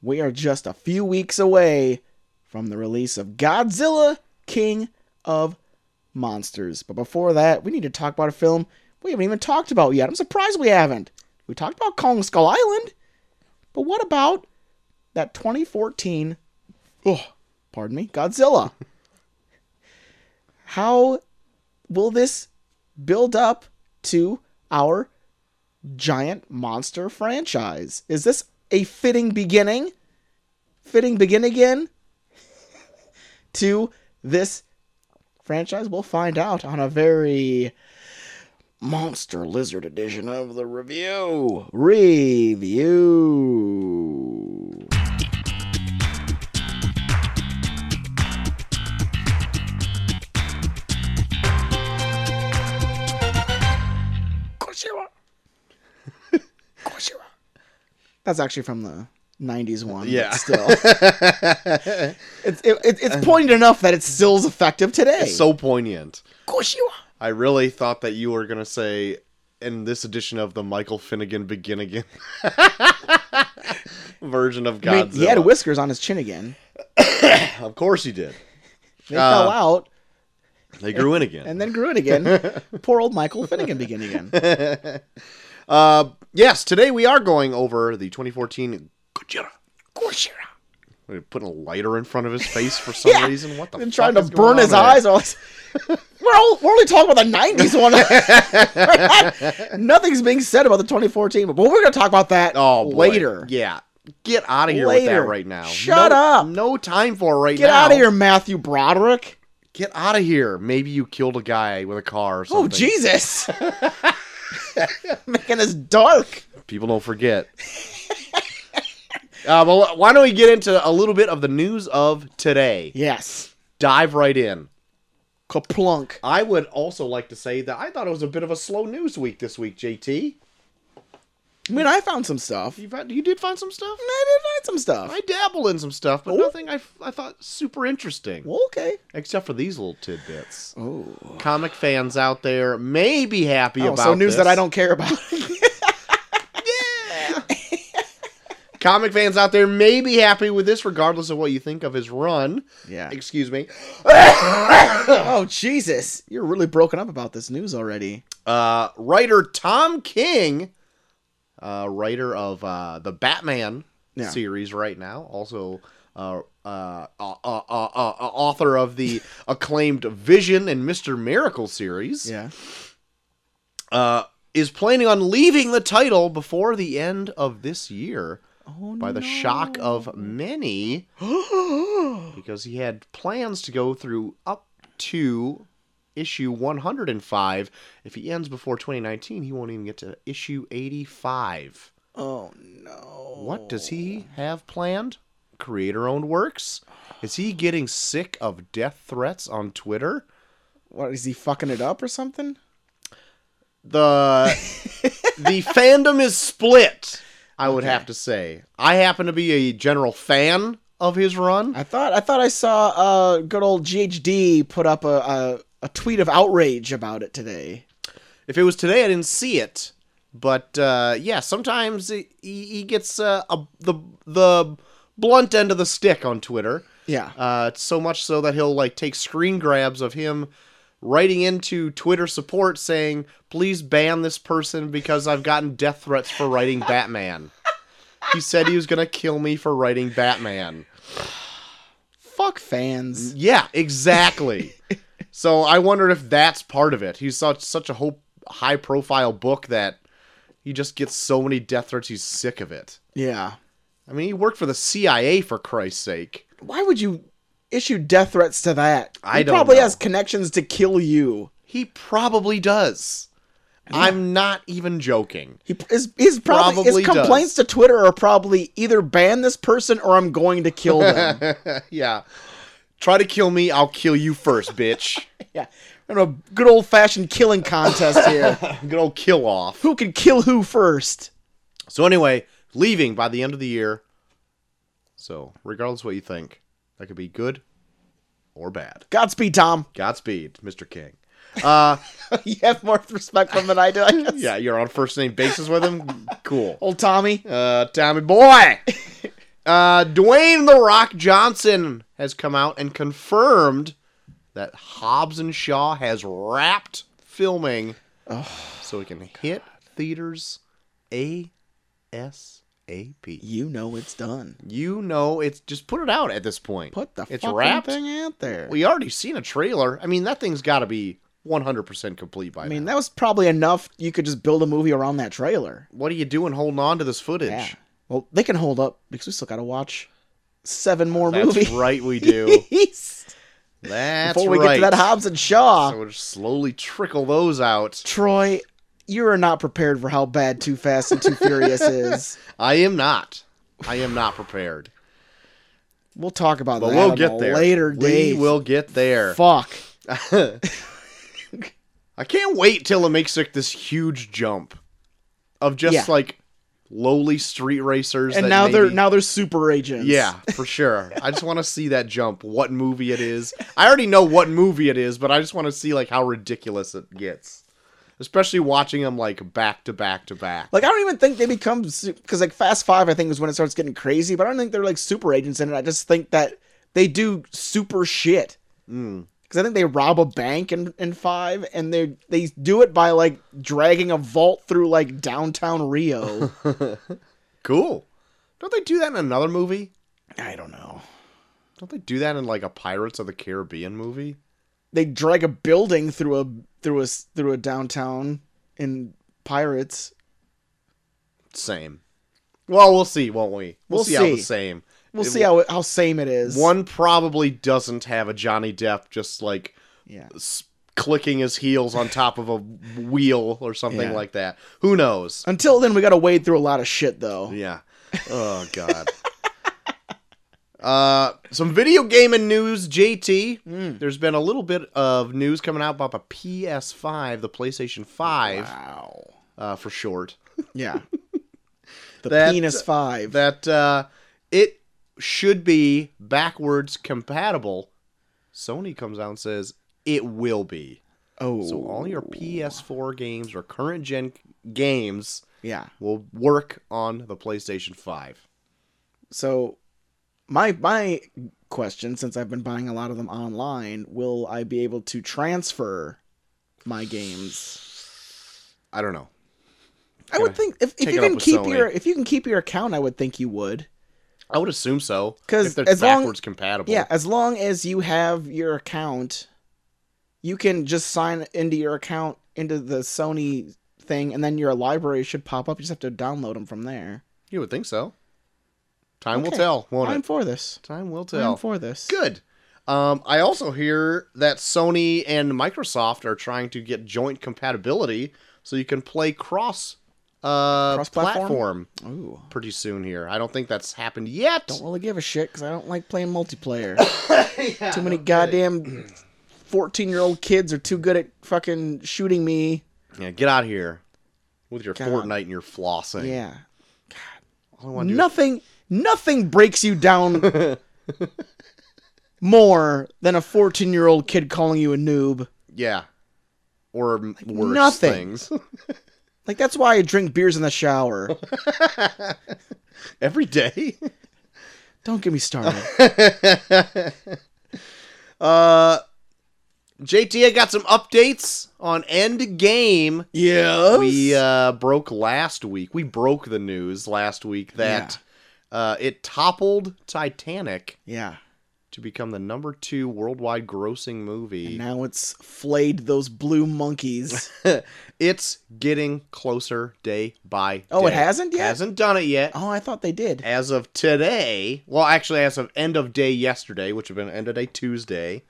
we are just a few weeks away from the release of Godzilla King of Monsters. But before that, we need to talk about a film we haven't even talked about yet. I'm surprised we haven't. We talked about Kong Skull Island, but what about that 2014? Oh, pardon me, Godzilla. How will this build up to our giant monster franchise? Is this a fitting beginning? Fitting begin again to this franchise? We'll find out on a very monster lizard edition of the review. Review. Kojima. Kojima. That's actually from the 90s one. Yeah. Yeah. But still. it's it, it, it's poignant enough that it still is effective today. It's so poignant. Kojima. I really thought that you were gonna say in this edition of the Michael Finnegan Begin Again version of I mean, Godzilla. he had whiskers on his chin again. of course he did. They Uh, fell out They grew in again. and then grew in again. Poor old Michael Finnegan began again. uh, yes, today we are going over the 2014 Godzilla. Godzilla. We're Putting a lighter in front of his face for some Yeah. reason. What the? And trying fuck to is going burn on his there? eyes. All we're, all, we're only talking about the 90s one. We're not- nothing's being said about the 2014, but we're going to talk about that Oh, boy. later. Yeah, get out of here with that Later. right now. Shut No- up. No time for it right Get now. out of here, Matthew Broderick. Get out of here. Maybe you killed a guy with a car or something. Oh, Jesus. Making us dark. People don't forget. uh, well, why don't we get into a little bit of the news of today? Yes. Dive right in. Kaplunk. I would also like to say that I thought it was a bit of a slow news week this week, JT. I mean, I found some stuff. You, found, you did find some stuff? I did find some stuff. I dabbled in some stuff, but Oh. nothing I, I thought super interesting. well, okay. Except for these little tidbits. Oh. Comic fans out there may be happy Oh, about so news this. that I don't care about. Comic fans out there may be happy with this, regardless of what you think of his run. yeah. Excuse me. Oh Jesus, you're really broken up about this news already. Uh, writer Tom King, uh, writer of uh, the Batman Yeah. series right now, also uh, uh, uh, uh, uh, uh, author of the acclaimed Vision and Mister Miracle series, Yeah. uh, is planning on leaving the title before the end of this year Oh, by the shock of many. no. because he had plans to go through up to issue 105. If he ends before 2019, he won't even get to issue 85. oh no. What does he have planned? Creator owned works? Is he getting sick of death threats on Twitter? What is he fucking it up or something? The the fandom is split, I would have to say. I happen to be a general fan of his run. I thought I thought I saw uh good old GHD put up a a, a tweet of outrage about it today. If it was today, I didn't see it. But uh, yeah, sometimes he, he gets uh, a, the the blunt end of the stick on Twitter. Yeah. Uh, so much so that he'll like take screen grabs of him writing into Twitter support saying, "Please ban this person because I've gotten death threats for writing Batman." he said he was gonna kill me for writing Batman. Fuck fans. Yeah, exactly. so I wondered if that's part of it. He's such such a hope high profile book that he just gets so many death threats he's sick of it. Yeah. I mean, he worked for the CIA for Christ's sake. Why would you issue death threats to that? I he don't probably know. has connections to kill you. He probably does. I'm not even joking. He p- is he's probably, Probably his complaints to Twitter are probably either ban this person or I'm going to kill them. yeah. Try to kill me, I'll kill you first, bitch. yeah, in a good old fashioned killing contest here. Good old kill off. who can kill who first? So anyway, leaving by the end of the year. So, regardless of what you think, that could be good or bad. Godspeed, Tom. Godspeed, Mr. King. Uh, you have more respect for him than I do. I guess. yeah, you're on first name basis with him. Cool. Old Tommy. Uh, Tommy boy. Uh, Dwayne the Rock Johnson has come out and confirmed that Hobbs and Shaw has wrapped filming, so it can hit theaters ASAP. You know it's done. You know, it's just put it out at this point. Put the It's fucking wrapped? thing out there. We already seen a trailer. I mean, that thing's got to be 100% complete by I now. mean, that was probably enough. You could just build a movie around that trailer. What are you doing holding on to this footage? Yeah. Well, they can hold up because we still got to watch seven more That's movies right, we do. That's before we right. get to that Hobbs and Shaw. so we'll just slowly trickle those out. Troy, you are not prepared for how bad Too Fast and Too Furious is. I am not. I am not prepared. We'll talk about But that we'll on a get there. later we date. will get there. Fuck. I can't wait till it makes like this huge jump of just Yeah. like lowly street racers. And that now they're maybe- now they're super agents. Yeah, for sure. I just want to see that jump. What movie it is? I already know what movie it is, but I just want to see like how ridiculous it gets. Especially watching them like back to back to back. Like I don't even think they become because like Fast Five I think is when it starts getting crazy, but I don't think they're like super agents in it. I just think that they do super shit. Mm. Because I think they rob a bank in, in five, and they they do it by like dragging a vault through like downtown Rio. Cool. Don't they do that in another movie? I don't know. Don't they do that in like a Pirates of the Caribbean movie? They drag a building through a through a s- through a downtown in Pirates. Same. Well, we'll see, won't we? We'll, We'll see, how the see. same. We'll It see how it- how same it is. One probably doesn't have a Johnny Depp just like yeah. s- clicking his heels on top of a wheel or something Yeah. like that. Who knows? Until then, we gotta wade through a lot of shit though. Yeah. Oh God. uh, some video gaming news, JT. Mm. There's been a little bit of news coming out about the PS5, the PlayStation 5, Wow. uh, for short. Yeah. the That- penis five. That uh, it should be backwards compatible. Sony comes out and says it will be. oh. So all your PS4 games or current gen games Yeah. will work on the PlayStation 5. So my my question, since I've been buying a lot of them online, will I be able to transfer my games? I don't know. I would Gotta think if, if take you it up can with keep Sony. your if you can keep your account, I would think you would. I would assume so. 'Cause if they're as long- backwards compatible. Yeah, as long as you have your account, you can just sign into your account into the Sony thing, and then your library should pop up. You just have to download them from there. You would think so. Time will Okay. tell, won't I'm it? for this. Time will I'm tell. for this. Good. Um, I also hear that Sony and Microsoft are trying to get joint compatibility so you can play cross uh Cross-platform? platform Ooh. pretty soon here. I don't think that's happened yet. Don't really give a shit because I don't like playing multiplayer. Yeah, too many no kidding. goddamn 14 year old kids are too good at fucking shooting me. Yeah, get out of here with your God. Fortnite and your flossing. Yeah. All I want to do is Nothing nothing breaks you down more than a 14 year old kid calling you a noob. Yeah. Or m- worse nothing. things. Like that's why I drink beers in the shower. Every day. Don't get me started. uh JT, I got some updates on end game. yeah. We uh broke last week. We broke the news last week that uh it toppled Titanic yeah. to become the number 2 worldwide grossing And movie. now it's flayed those blue monkeys. it's getting closer day by Oh, it day. hasn't yet? Hasn't done it yet. Oh, I thought they did. as of today, well, actually, as of end of day yesterday, which would have been end of day Tuesday,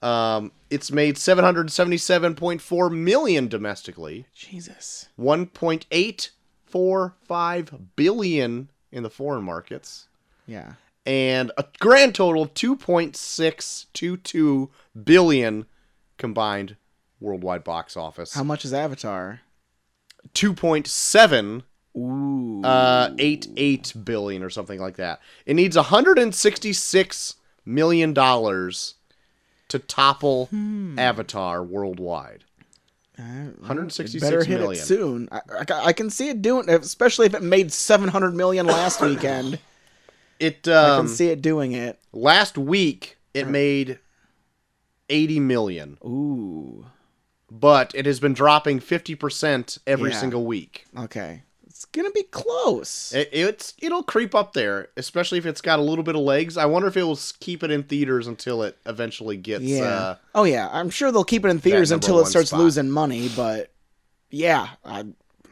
um, it's made 777.4 million domestically, Jesus. 1.845 billion in the foreign markets, Yeah. and a grand total of 2.622 billion combined worldwide box office. How much is Avatar? 2.7 Ooh. uh, eight eight billion or something like that. It needs 166 million dollars to topple Hmm. Avatar worldwide. Uh, it 166 better hit million. it soon. I, I ca- I can see it doing, especially if it made seven hundred million last weekend. It I um, can see it doing it. last week it made 80 million, Ooh. but it has been dropping 50% every Yeah. single week. Okay. It's gonna be close. It, it's it'll creep up there, especially if it's got a little bit of legs. I wonder if it will s- keep it in theaters until it eventually gets. yeah. Uh, oh yeah. I'm sure they'll keep it in theaters number until it one starts spot. losing money, but yeah, I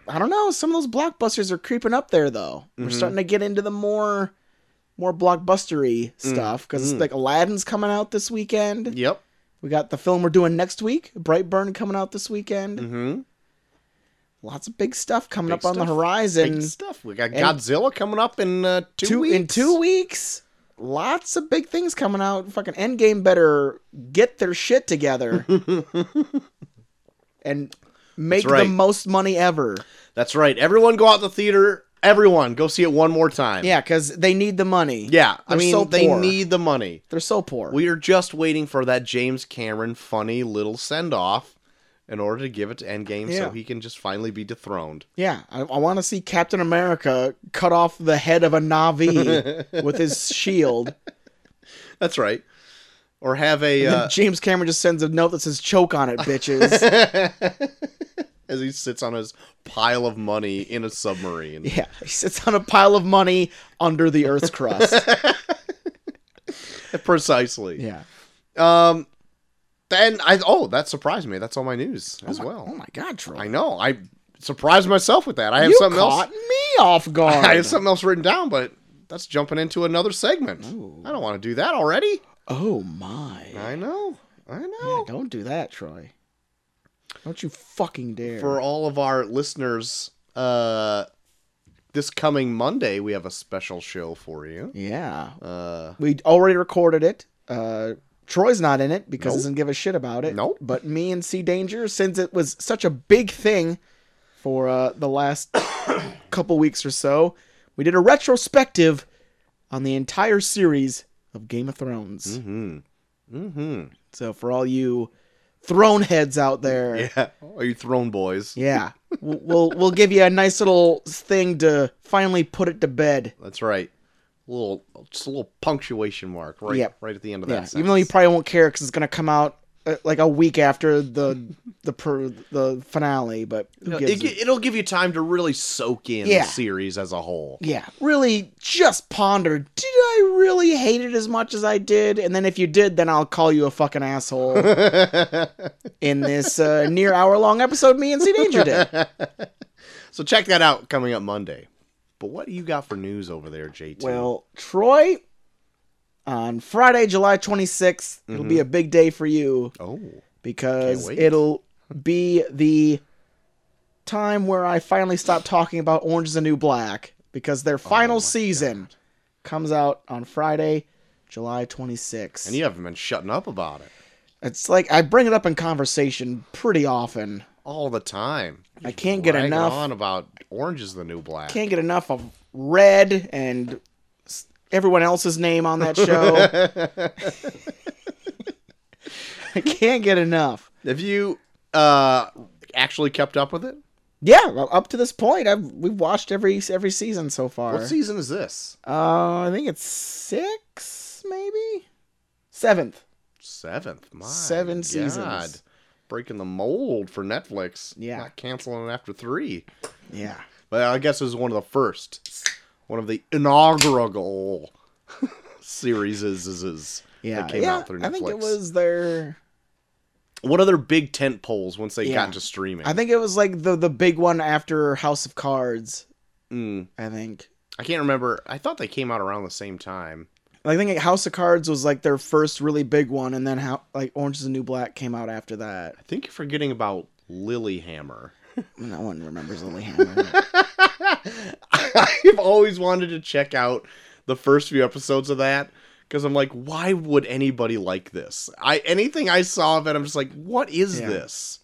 I don't know. Some of those blockbusters are creeping up there though. We're Mhm. starting to get into the more more blockbustery stuff because Mm. it's like Aladdin's coming out this weekend. yep. We got the film we're doing next week, Brightburn coming out this weekend. Mm-hmm. Lots of big stuff coming Big up on the stuff. horizon. Big stuff. We got and- Godzilla coming up in uh, two, two weeks. in two weeks. Lots of big things coming out. Fucking Endgame better get their shit together and make right. the most money ever. That's right. Everyone go out to the theater. Everyone go see it one more time. Yeah, because they need the money. Yeah. I They're mean, so they poor. need the money. they're so poor. We are just waiting for that James Cameron funny little send off in order to give it to Endgame so Yeah. he can just finally be dethroned. yeah, I, I want to see Captain America cut off the head of a Navi with his shield. That's right. Or have a. Uh, And James Cameron just sends a note that says "choke on it, bitches." as he sits on his pile of money in a submarine. yeah, he sits on a pile of money under the Earth's crust. Precisely. yeah. Um, then I oh that surprised me. That's all my news as Oh my- well. Oh my God, Troy! I know. I surprised myself with that. I have you something caught else. me off guard. I have something else written down, but that's jumping into another segment. Ooh. I don't want to do that already. Oh my! I know. I Yeah, know. don't do that, Troy. Don't you fucking dare! For all of our listeners, uh, this coming Monday we have a special show for you. yeah, Uh, we already recorded it. Uh, Troy's not in it because Nope. he doesn't give a shit about it. Nope. But me and C Danger, since it was such a big thing for uh, the last couple weeks or so, we did a retrospective on the entire series of Game of Thrones. hmm. hmm So for all you throne heads out there. Yeah. Oh, Are you thrown boys? Yeah, we'll we'll- we'll give you a nice little thing to finally put it to bed. That's right. little just a little punctuation mark right Yep. right at the end of that. Yeah, even though you sentence. probably won't care because it's gonna come out uh, like a week after the the per, the finale. But who No, gives it, a- it'll give you time to really soak in Yeah. the series as a whole. yeah, really just ponder: Did I really hate it as much as I did? And then if you did, then I'll call you a fucking asshole in this uh, near hour long episode me and Sea Danger did. so check that out coming up Monday. But what do you got for news over there, JT? Well, Troy, on Friday, July 26th, it'll Mm-hmm. be a big day for you. oh, Can't because wait. it'll be the time where I finally stop talking about Orange is the New Black because their final Oh my season comes out on Friday, July 26th. and you haven't been shutting up about it it's like I bring it up in conversation pretty often. all the time. I can't get Ragging enough. on about Orange is the New Black. Can't get enough of Red and s- everyone else's name on that show. I can't get enough. Have you uh actually kept up with it? Yeah, well, up to this point, I've we've watched every every season so far. What season is this? Uh, I think it's six, maybe seventh. Seventh. My Seven God. seasons. Breaking the mold for Netflix. Yeah. Not canceling after three. Yeah, But I guess it was one of the first, one of the inaugural series is, is, is yeah, that came yeah. out through Netflix. I think it was their. What other big tent poles once they Yeah. got into streaming? I think it was like the the big one after House of Cards. Mm, I think. I can't remember. I thought they came out around the same time. I think House of Cards was like their first really big one, and then how like Orange is the New Black came out after that. I think you're forgetting about Lilyhammer. No one remembers Lilyhammer. I've always wanted to check out the first few episodes of that because I'm like, why would anybody like this? I anything I saw of it, I'm just like, what is Yeah. this?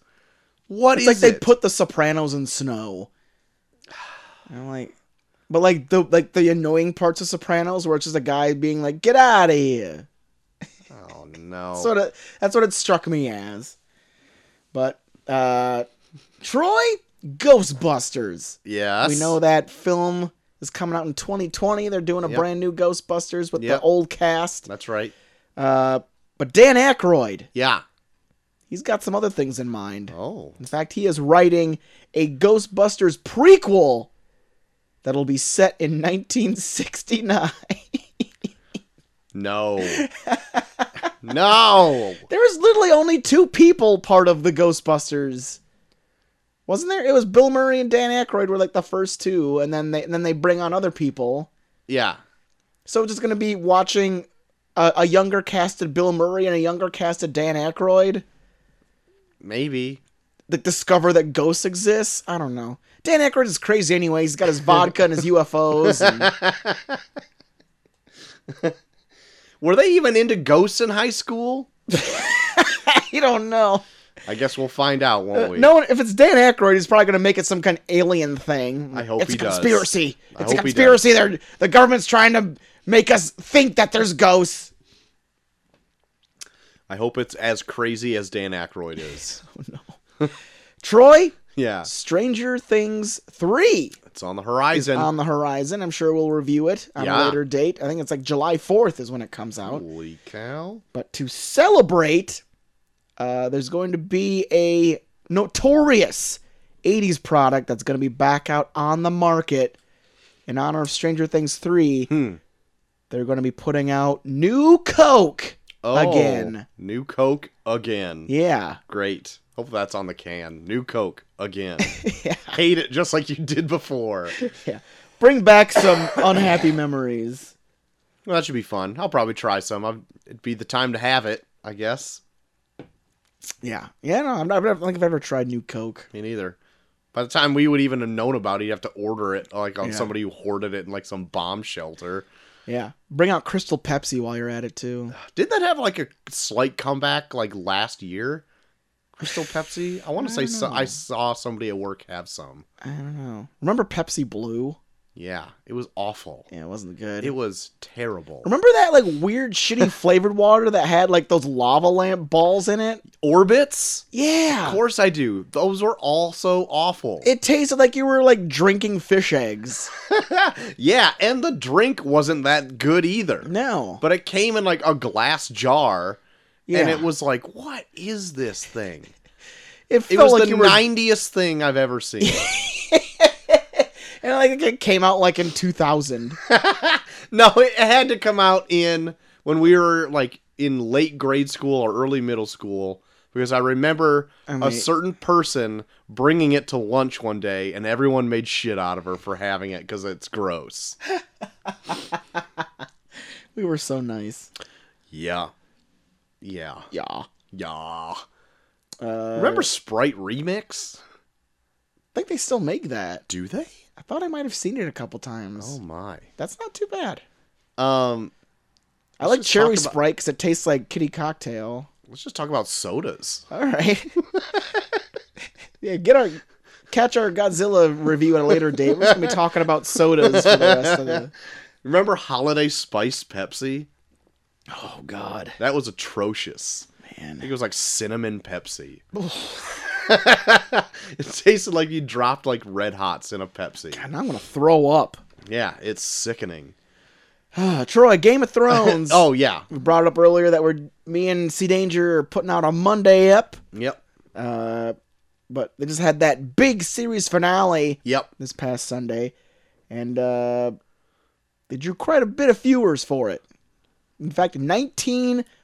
What it's is like they it? put the Sopranos in snow. I'm like, but like the like the annoying parts of Sopranos where it's just a guy being like, "Get out of here." oh no! That's what it, that's what it struck me as. But uh Troy Ghostbusters. yes, We know that film is coming out in 2020. They're doing a Yep. brand new Ghostbusters with Yep. the old cast. That's right. Uh, but Dan Aykroyd, Yeah. he's got some other things in mind. Oh. In fact, he is writing a Ghostbusters prequel that'll be set in 1969. No. no. there was literally only two people part of the Ghostbusters. Wasn't there? It was Bill Murray and Dan Aykroyd were like the first two, and then they and then they bring on other people. Yeah. So it's just gonna be watching a, a younger casted Bill Murray and a younger casted Dan Aykroyd Maybe. like discover that ghosts exist. I don't know. Dan Aykroyd is crazy anyway. He's got his vodka and his UFOs. And Were they even into ghosts in high school? you don't know. I guess we'll find out, won't we? Uh, No one. If it's Dan Aykroyd, he's probably gonna make it some kind of alien thing. I hope it's he a does. conspiracy. I It's a hope he conspiracy. They're the government's trying to make us think that there's ghosts. I hope it's as crazy as Dan Aykroyd is. Oh no. Troy, yeah. Stranger Things three. It's on the horizon. on the horizon. I'm sure we'll review it on a Yeah. later date. I think it's like July 4th is when it comes out. Holy cow. But to celebrate, uh, there's going to be a notorious 80s product that's going to be back out on the market in honor of Stranger Things 3. Hmm. They're going to be putting out new Coke. Oh, Again. New Coke again. Yeah. Great. Hope that's on the can. New Coke again. Hate it just like you did before. Yeah. Bring back some unhappy memories. Well, that should be fun. I'll probably try some. I'll, it'd be the time to have it, I guess. Yeah. Yeah, no, I'm not, I don't think I've ever tried new Coke. Me neither. By the time we would even have known about it, you'd have to order it like on Yeah. somebody who hoarded it in like some bomb shelter. Yeah. Bring out Crystal Pepsi while you're at it, too. Did that have like a slight comeback like last year? Crystal Pepsi? I want to say so, I saw somebody at work have some. I don't know. Remember Pepsi Blue? Yeah, it was awful. Yeah, it wasn't good. It was terrible. Remember that like weird shitty flavored water that had like those lava lamp balls in it? Orbits? Of Yeah. course I do. Those were also awful. It tasted like you were like drinking fish eggs. yeah, and the drink wasn't that good either. No. But it came in like a glass jar, Yeah. and it was like, what is this thing? it It felt was like the you were ninetiest thing I've ever seen. and like it came out like in 2000. no, it had to come out in when we were like in late grade school or early middle school because I remember I mean- a certain person bringing it to lunch one day and everyone made shit out of her for having it because it's gross. we were so nice. Yeah. Yeah. Yeah. Yeah. Uh, Remember Sprite Remix? I think they still make that. Do they? I thought I might have seen it a couple times. Oh my. That's not too bad. Um I Let's like just cherry talk about- Sprite 'cause it tastes like kitty cocktail. let's just talk about sodas. All right. yeah, get our catch our Godzilla review at a later date. We're just gonna be talking about sodas for the rest of the. Remember Holiday Spice Pepsi? Oh God, That was atrocious. I think man. it was like cinnamon Pepsi. it tasted like you dropped like red hots in a Pepsi. And I'm gonna throw up. Yeah, it's sickening. Ah, Troy, Game of Thrones. Oh yeah. we brought it up earlier that we're me and C Danger are putting out a Monday up. Yep. Uh, but they just had that big series finale Yep. this past Sunday, and uh, they drew quite a bit of viewers for it. In fact,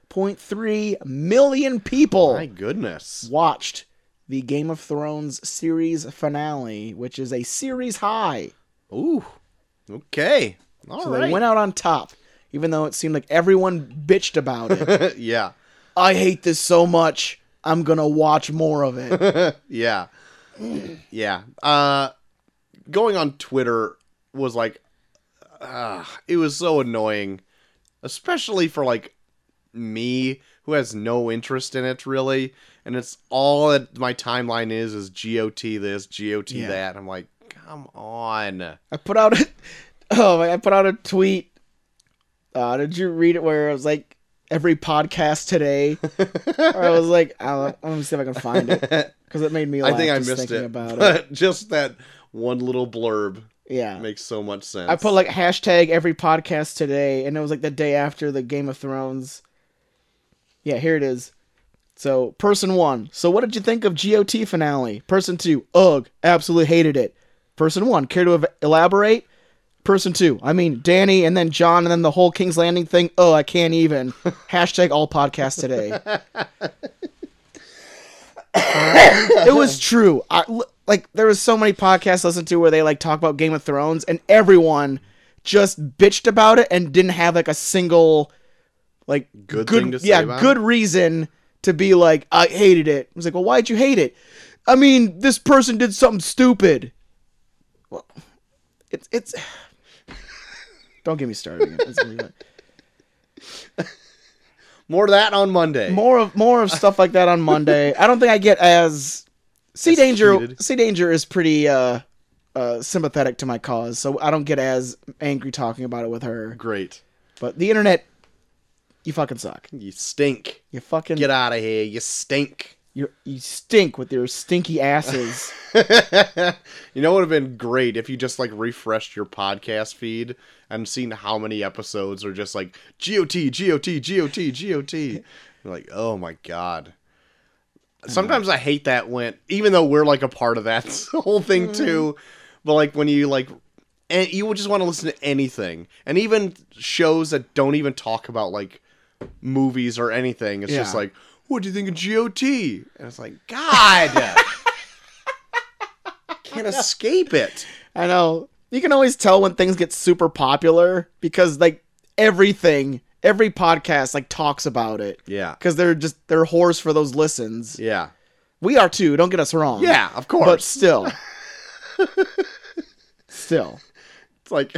19.3 million people My goodness. watched the Game of Thrones series finale, which is a series high. Ooh. Okay. All So right. they went out on top, even though it seemed like everyone bitched about it. yeah. I hate this so much. I'm gonna watch more of it. Yeah. yeah. Uh going on Twitter was like uh, it was so annoying, especially for like me who has no interest in it really, and it's all that my timeline is is GOT this, GOT Yeah. that. I'm like, "Come on." I put out a, oh, I put out a tweet. Uh, did you read it? Where it was like every podcast today. or I was like, I'll, let me see if I can find it because it made me. Laugh I think I just missed thinking it. About it. but just that one little blurb. Yeah. Makes so much sense. I put like hashtag every podcast today, and it was like the day after the Game of Thrones. Yeah, here it is. So, person one. So, what did you think of GOT finale? Person two. Ugh, absolutely hated it. Person one. Care to ev- elaborate? Person two. I mean, Danny, and then John, and then the whole King's Landing thing. Oh, I can't even. hashtag all podcasts today. it was true. I l like there was so many podcasts I listened to where they like talk about Game of Thrones, and everyone just bitched about it and didn't have like a single like Good thing to say yeah about good reason to be like I hated it. I was like, well, why'd you hate it? I mean, this person did something stupid. Well, it's it's. Don't get me started. Again. It's gonna be like- More of that on Monday. more of more of stuff like that on Monday. I don't think I get as Sea Danger heated. Sea Danger is pretty uh uh sympathetic to my cause, so I don't get as angry talking about it with her. Great. But the internet you fucking suck. You stink. You fucking Get out of here. You stink. you you stink with your stinky asses. you know what would have been great if you just like refreshed your podcast feed and seen how many episodes are just like GOT, GOT, GOT, GOT. You're like, oh my god. Mm-hmm. Sometimes I hate that when even though we're like a part of that whole thing too, but like when you like and you would just want to listen to anything. And even shows that don't even talk about like movies or anything. It's just Yeah. like, what do you think of GOT? And it's like, God can't escape it. I know. You can always tell when things get super popular because like everything, every podcast like talks about it. Yeah. Cuz they're just they're whores for those listens. Yeah. We are too, don't get us wrong. Yeah, of but course. still still it's like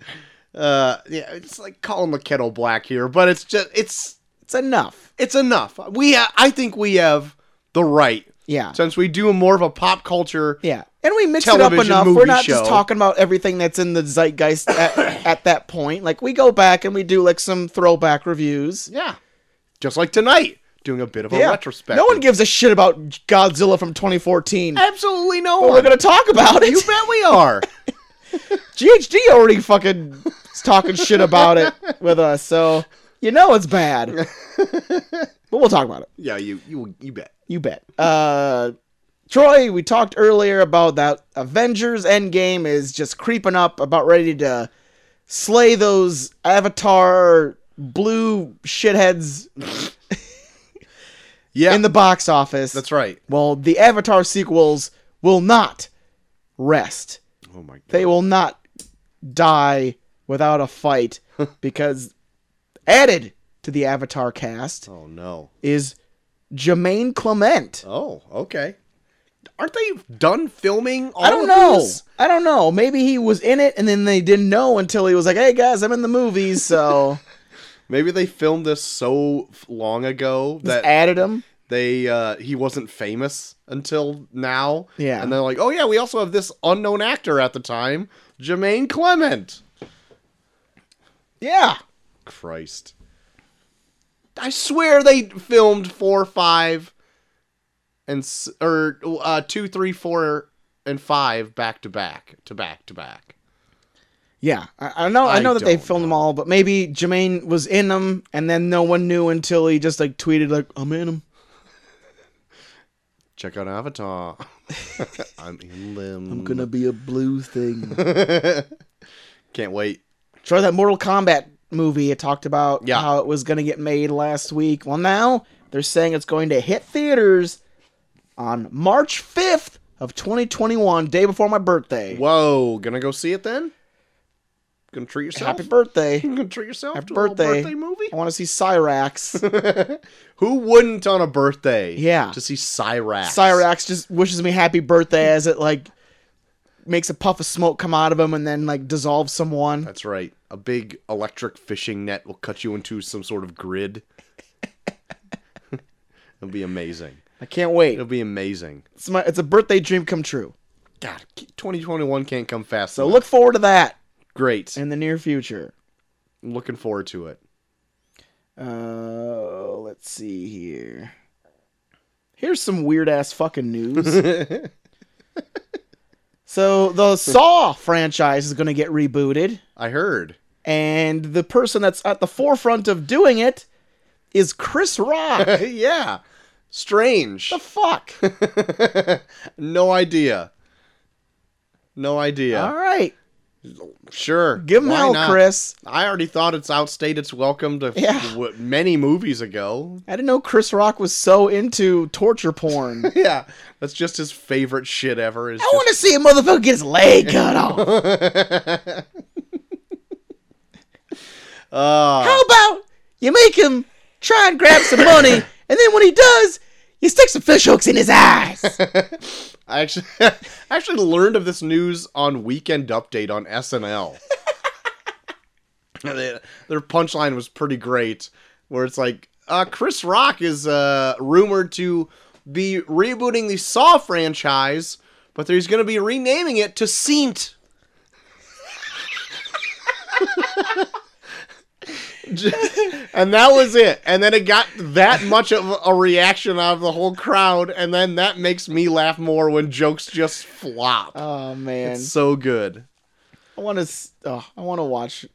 uh yeah, it's like calling the kettle black here, but it's just it's it's enough it's enough. We ha- I think we have the right yeah since we do more of a pop culture. yeah and we mix it Television, up enough movie we're not just show. talking about everything that's in the zeitgeist at, at that point like we go back and we do like some throwback reviews Yeah. Just like tonight, doing a bit of a yeah retrospective. no one gives a shit about godzilla from 2014 absolutely no but we're one. gonna talk about it You bet we are. ghd already fucking is talking shit about it with us so you know it's bad but we'll talk about it yeah, you you you bet. You bet. Uh, Troy, we talked earlier about that Avengers Endgame is just creeping up, about ready to slay those Avatar blue shitheads Yeah. in the box office. that's right. Well, the Avatar sequels will not rest. Oh my god. They will not die without a fight because added to the Avatar cast oh no. is Jermaine Clement. Oh, okay. Aren't they done filming all I don't of know. these? I don't know. Maybe he was in it and then they didn't know until he was like, "Hey guys, I'm in the movie," so Maybe they filmed this so f- long ago just that added him. they uh, he wasn't famous until now. Yeah. and they're like, oh yeah, we also have this unknown actor at the time, Jermaine Clement. Yeah. Christ, I swear they filmed four, five, and s- or uh, two, three, four, and five back to back to back to back. Yeah. I, I know I I know that they don't filmed them all, but maybe Jermaine was in them and then no one knew until he just like tweeted like, "I'm in them. Check out Avatar. I'm in limb. I'm going to be a blue thing." Can't wait. Try that Mortal Kombat movie it talked about Yeah. how it was going to get made last week. Well, now they're saying it's going to hit theaters on March 5th of 2021, day before my birthday. Whoa, gonna go see it then? Gonna treat yourself. Happy birthday. gonna treat yourself Happy to a birthday. birthday. birthday movie. I want to see Cyrax. Who wouldn't on a birthday? Yeah. to see Cyrax. Cyrax just wishes me happy birthday as it like makes a puff of smoke come out of him and then like dissolves someone. That's right. A big electric fishing net will cut you into some sort of grid. It'll be amazing. I can't wait. It'll be amazing. It's my it's a birthday dream come true. God, 2021 can't come fast. So enough. look forward to that great. in the near future. I'm looking forward to it. Uh, let's see here. Here's some weird ass fucking news. So the Saw franchise is going to get rebooted, I heard. and the person that's at the forefront of doing it is Chris Rock. yeah. Strange. the fuck. no idea. No idea. All right, Sure. give him Why hell, not? Chris. I already thought it's outstayed its welcome to Yeah. w- many movies ago. I didn't know Chris Rock was so into torture porn. Yeah, that's just his favorite shit ever. Is I want to see a motherfucker get his leg cut off. just- uh, How about you make him try and grab some money, and then when he does, you stick some fish hooks in his eyes. I actually I actually learned of this news on Weekend Update on SNL. They- Their punchline was pretty great, where it's like uh, Chris Rock is uh, rumored to be rebooting the Saw franchise, but he's going to be renaming it to Seint. and that was it. And then it got that much of a reaction out of the whole crowd, and then that makes me laugh more when jokes just flop. Oh man, It's so good. I want to. Oh, I want to watch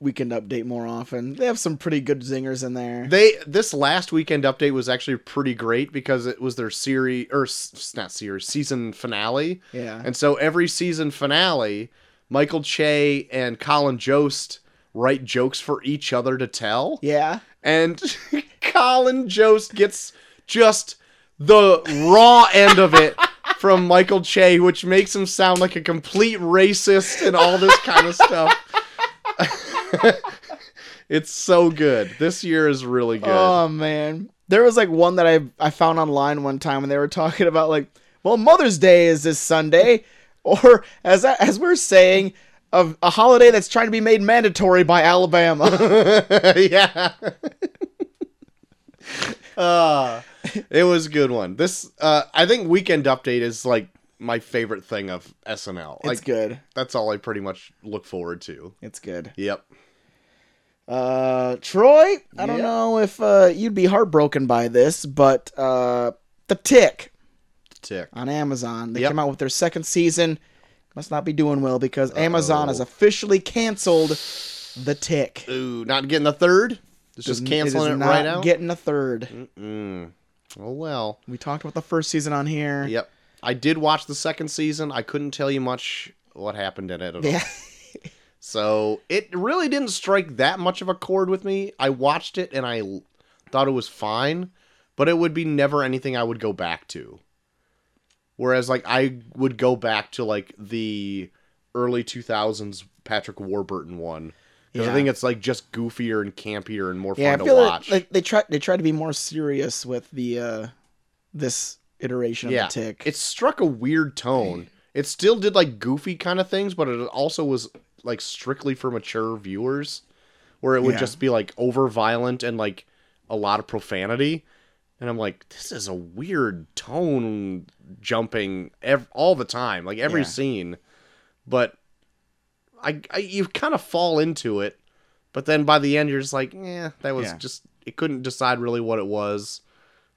Weekend Update more often. They have some pretty good zingers in there. They this last weekend update was actually pretty great because it was their series or s- not series season finale, Yeah. and so every season finale, Michael Che and Colin Jost write jokes for each other to tell. yeah. and Colin Jost gets just the raw end of it from Michael Che, which makes him sound like a complete racist and all this kind of stuff. it's so good. This year is really good. Oh man, there was like one that I I found online one time, and they were talking about like, well, Mother's Day is this Sunday, or as I, as we're saying, of a holiday that's trying to be made mandatory by Alabama. yeah. uh, it was a good one. This uh, I think weekend update is like my favorite thing of SNL. it's Like good. that's all I pretty much look forward to. It's good. Yep. Uh, Troy, I don't Yeah. know if uh, you'd be heartbroken by this, but uh, The Tick Tick. on Amazon. They Yep. came out with their second season. Must not be doing well because Amazon has Uh-oh. officially canceled The Tick. Ooh, not getting a third. It's just canceling it, is right not out. Getting a third. mm. Oh well. We talked about the first season on here. Yep. I did watch the second season. I couldn't tell you much what happened in it. At all. Yeah. So it really didn't strike that much of a chord with me. I watched it and I l- thought it was fine, but it would be never anything I would go back to. Whereas, like, I would go back to like the early two thousands Patrick Warburton one. 'Cause Yeah. I think it's like just goofier and campier and more Yeah, I fun to feel like watch. they, they tried they tried to be more serious with the uh this iteration of Yeah. the tick. it struck a weird tone. It still did like goofy kind of things, but it also was like strictly for mature viewers, where it would Yeah. just be like over violent and like a lot of profanity. And I'm like, this is a weird tone jumping ev- all the time, like every Yeah. scene. But I, I you kind of fall into it, but then by the end you're just like, yeah, that was Yeah. just it couldn't decide really what it was.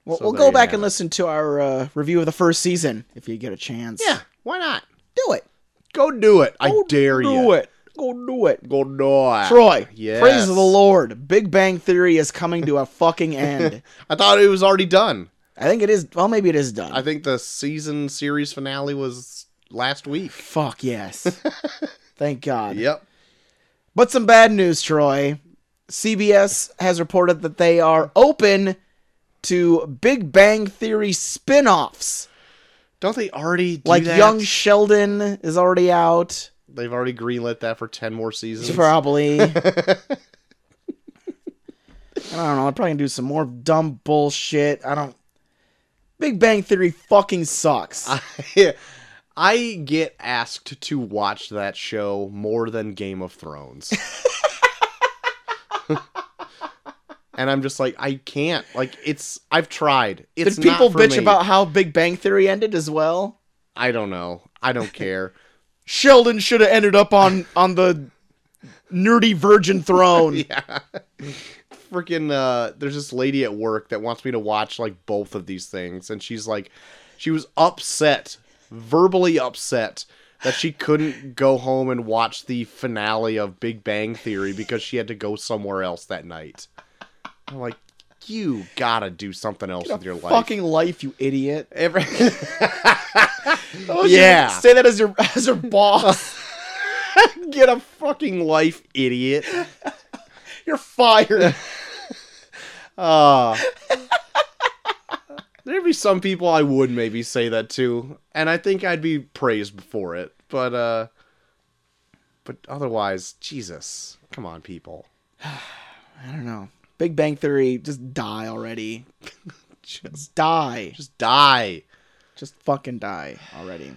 Well, So we'll there go you back have and it. listen to our uh, review of the first season if you get a chance. Yeah, why not? do it. Go do it. I Go dare do you. it. Go do it. Go do it. Troy, yes. praise the Lord. Big Bang Theory is coming to a fucking end. I thought it was already done. I think it is. Well, maybe it is done. I think the season series finale was last week. Fuck yes. Thank God. Yep. But some bad news, Troy. CBS has reported that they are open to Big Bang Theory spin offs. Don't they already do Like that? Young Sheldon is already out. They've already greenlit that for ten more seasons. Probably. I don't know. They're probably gonna do some more dumb bullshit. I don't. Big Bang Theory fucking sucks. Ah, I get asked to watch that show more than Game of Thrones. and I'm just like, I can't. Like it's I've tried. It's Did people not for bitch me. about how Big Bang Theory ended as well? I don't know. I don't care. Sheldon should have ended up on on the nerdy virgin throne. yeah. Freaking uh there's this lady at work that wants me to watch like both of these things and she's like she was upset, verbally upset that she couldn't go home and watch the finale of Big Bang Theory because she had to go somewhere else that night. I'm like, you gotta do something else with your life. Fucking life, you idiot. Every- Oh, you yeah. say that as your as your boss. Get a fucking life, idiot. You're fired. Uh, there'd be some people I would maybe say that to, and I think I'd be praised for it. But uh, but otherwise, Jesus, come on, people, I don't know. Big Bang Theory, just die already. just Just die. just die. Just fucking die already.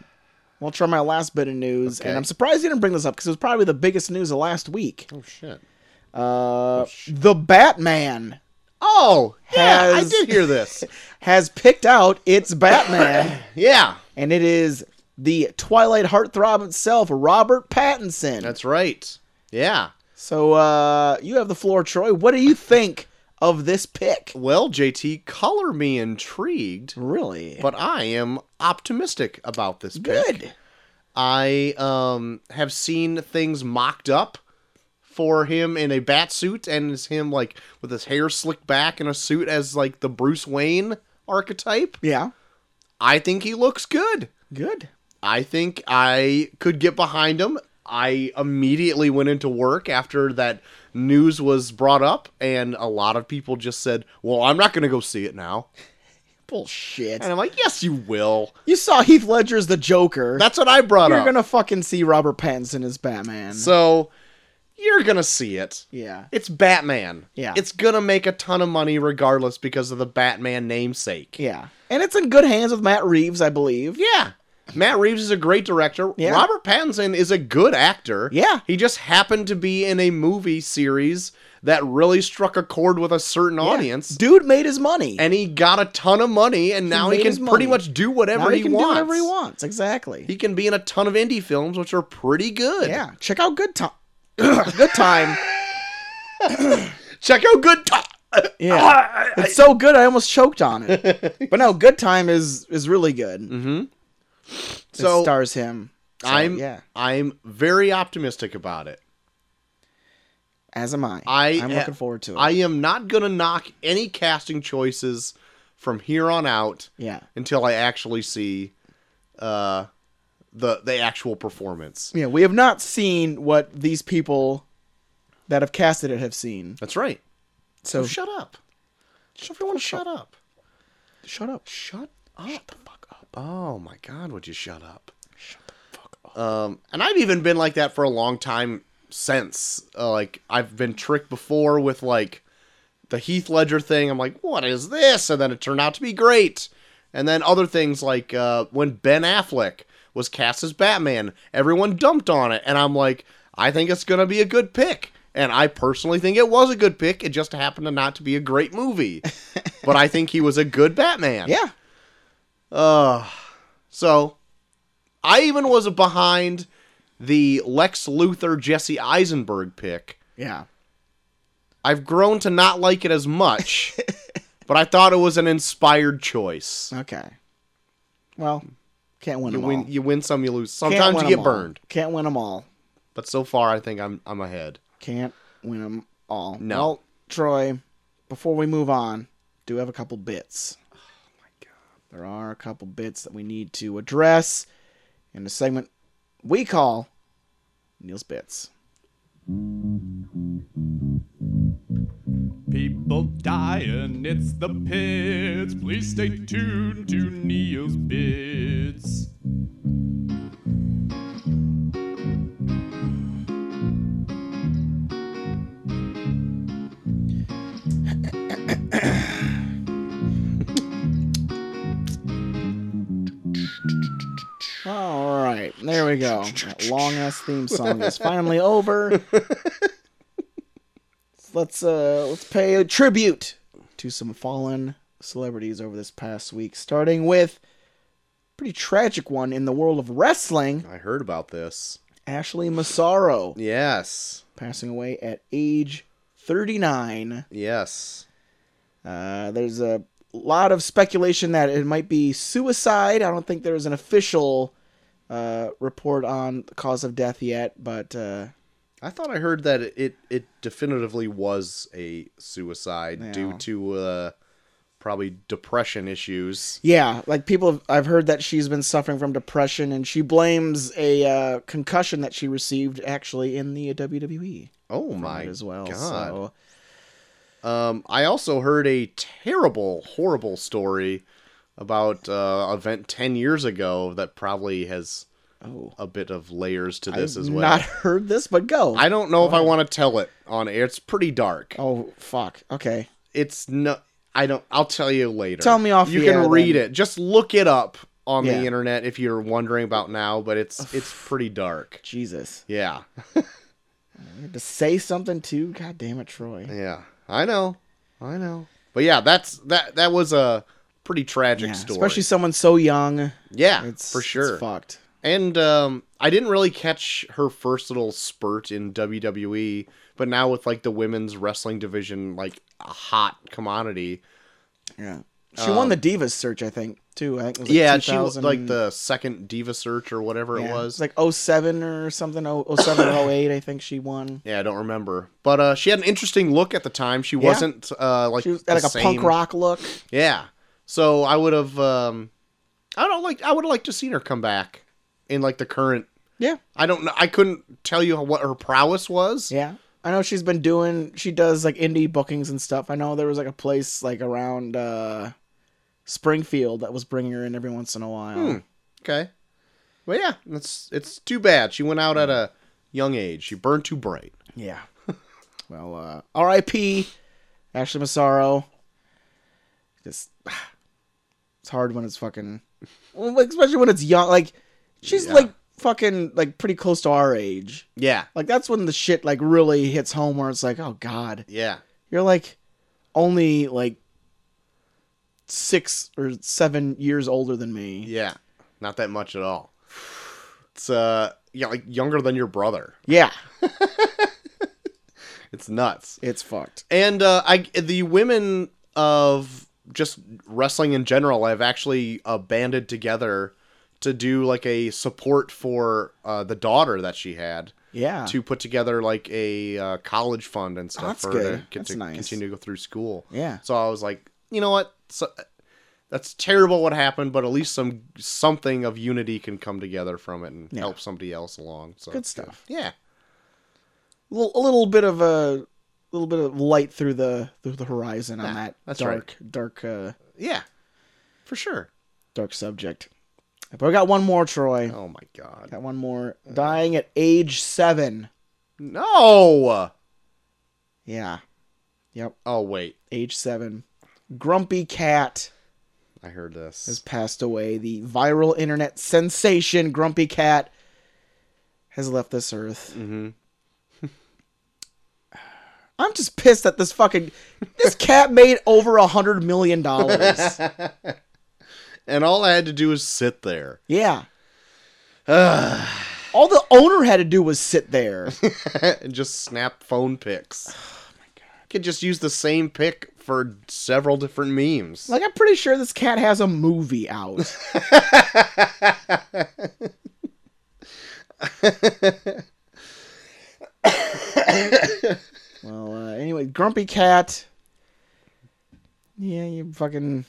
We'll try my last bit of news, Okay. and I'm surprised you didn't bring this up because it was probably the biggest news of last week. Oh shit. Uh, sh- the Batman Oh, yeah, I Has- did hear this. has picked out its Batman, yeah, and it is the Twilight heartthrob itself, Robert Pattinson. that's right. Yeah. So uh, you have the floor, Troy. What do you think of this pick? Well, JT, color me intrigued, Really? but I am optimistic about this pick. Good. I um have seen things mocked up for him in a bat suit and it's him like with his hair slicked back in a suit as like the Bruce Wayne archetype. Yeah. I think he looks good. Good. I think I could get behind him. I immediately went into work after that news was brought up and a lot of people just said, "Well, I'm not going to go see it now." Bullshit. And I'm like, "Yes, you will." You saw Heath Ledger's the Joker. That's what I brought You're up. gonna fucking see Robert Pattinson as Batman. so, you're going to see it. yeah. It's Batman. Yeah. It's gonna make a ton of money regardless because of the Batman namesake. Yeah. And it's in good hands with Matt Reeves, I believe. Yeah. Matt Reeves is a great director. Yeah. Robert Pattinson is a good actor. Yeah. He just happened to be in a movie series that really struck a chord with a certain Yeah. audience. Dude made his money. And he got a ton of money and now he, made can his money. pretty much do whatever now he, can wants. do whatever he wants. Exactly. He can be in a ton of indie films which are pretty good. yeah. Check out Good Time. good Time. Check out good Ah! time. Yeah. it's so good I almost choked on it. but no, Good Time is is really good. mm-hmm. It So stars him. So, I'm yeah. I'm very optimistic about it. As am I. I I'm ha- looking forward to it. I am not going to knock any casting choices from here on out yeah. until I actually see uh, the the actual performance. Yeah, we have not seen what these people that have casted it have seen. That's right. So So shut up. Everyone shut up. shut up. Shut up. Shut the fuck up. Oh my god, would you shut up? Shut the fuck up. Um and I've even been like that for a long time since. Uh, like I've been tricked before with like the Heath Ledger thing. I'm like, "What is this?" And then it turned out to be great. And then other things like uh when Ben Affleck was cast as Batman, everyone dumped on it and I'm like, "I think it's going to be a good pick." And I personally think it was a good pick. It just happened to not to be a great movie. but I think he was a good Batman. Yeah. Uh, so I even was behind the Lex Luthor Jesse Eisenberg pick. Yeah. I've grown to not like it as much, but I thought it was an inspired choice. Okay. Well, can't win You them win, all. you win some, you lose. Can't Sometimes win 'em you get all. burned, Can't win them all. but so far I think I'm I'm ahead. Can't win them all. No. Well, Troy, before we move on, do have a couple bits. Oh my god. There are a couple bits that we need to address in a segment we call Neil's Bits. People dying, it's the pits. Please stay tuned to Neil's Bits. All right, there we go. That long ass theme song is finally over. let's uh let's pay a tribute to some fallen celebrities over this past week, starting with a pretty tragic one in the world of wrestling. I heard about this. Ashley Massaro Yes, passing away at age 39. yes. Uh, there's a lot of speculation that it might be suicide. I don't think there is an official uh, report on the cause of death yet, but uh, I thought I heard that it it definitively was a suicide due Yeah. to uh, probably depression issues. yeah, like people, have, I've heard that she's been suffering from depression, and she blames a uh, concussion that she received actually in the WWE Oh from my it as well. god! So Um, I also heard a terrible, horrible story about uh, an event ten years ago that probably has Oh. a bit of layers to I've this as well. not heard this, but go. I don't know if I want to tell it on air. It's pretty dark. oh fuck. Okay. It's no. I don't. I'll tell you later. Tell me off You the can air, read then. it. Just look it up on Yeah. the internet if you're wondering about now. But it's it's pretty dark. Jesus. Yeah. You had to say something too. God damn it, Troy. Yeah. I know. I know. But yeah, that's that. That was a pretty tragic Yeah, story. especially someone so young. yeah, It's for it's sure. fucked. And um, I didn't really catch her first little spurt in WWE, but now with like the women's wrestling division like a hot commodity. Yeah. She won the Divas search, I think, too. I think it was like Um, yeah, she was 2000 like the second Diva Search or whatever yeah, it was. like 07 or something, oh- 07 or 08, I think she won. yeah, I don't remember. But uh, she had an interesting look at the time. She wasn't uh, like She was had like the a punk same- rock look. Yeah. So I would have um, I don't like I would have liked to seen her come back in like the current. Yeah. I don't know. I couldn't tell you what her prowess was. Yeah. I know she's been doing she does like indie bookings and stuff. I know there was like a place like around uh Springfield that was bringing her in every once in a while. Hmm. Okay. Well, yeah, that's it's too bad. She went out at a young age. She burned too bright. Yeah. well, uh R.I.P. Ashley Massaro. Just it's hard when it's fucking well, like, especially when it's young like she's Yeah. like fucking like pretty close to our age. Yeah. Like that's when the shit like really hits home where it's like, oh god. Yeah. You're like only like six or seven years older than me. Yeah. Not that much at all. It's uh yeah, like younger than your brother. Yeah. It's nuts. It's fucked. And uh I the women of just wrestling in general have actually uh, banded together to do like a support for uh, the daughter that she had. Yeah. to put together like a uh, college fund and stuff that's for her to, good. get That's to nice. continue to go through school. Yeah. So I was like, you know what? So, that's terrible what happened, but at least some something of unity can come together from it and Yeah. help somebody else along. So Good it's stuff. Yeah. a little, a little bit of a little bit of light through the through the horizon on Yeah, that that's dark dark uh, Yeah. For sure. dark subject. But we got one more, Troy. Oh Uh. my god. Got one more. Dying at age seven. No. Yeah. Yep. Oh wait. Age seven. Grumpy Cat I heard this. has passed away. The viral internet sensation Grumpy Cat has left this earth. mm-hmm. I'm just pissed that this fucking this cat made over a hundred million dollars. And all I had to do was sit there. Yeah. All the owner had to do was sit there. and just snap phone pics. Oh Could just use the same pic for several different memes. Like I'm pretty sure this cat has a movie out. well, uh, anyway, grumpy cat. Yeah, you fucking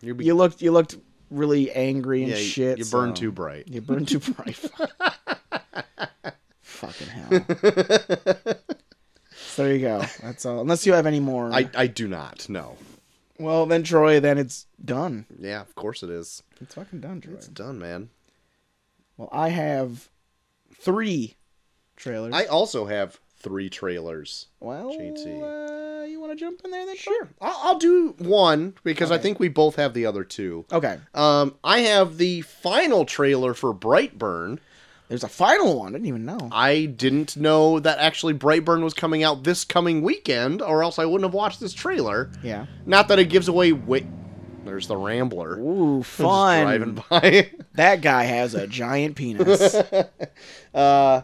You'd be- you looked you looked really angry and yeah, you- shit. You burn so- too bright. You burn too bright. Fucking hell. so there you go. That's all. Unless you have any more. I, I do not. No. well, then Troy, then it's done. Yeah, of course it is. It's fucking done, Troy. It's done, man. Well, I have three trailers. I also have three trailers. well, JT. uh, you want to jump in there then? Troy? Sure. I'll, I'll do one because I Okay. think we both have the other two. Okay. Um, I have the final trailer for Brightburn. There's a final one. I didn't even know. I didn't know that actually Brightburn was coming out this coming weekend, or else I wouldn't have watched this trailer. Yeah. Not that it gives away. Wait, there's the Rambler. Just Ooh, fun. driving by. That guy has a giant penis. Uh,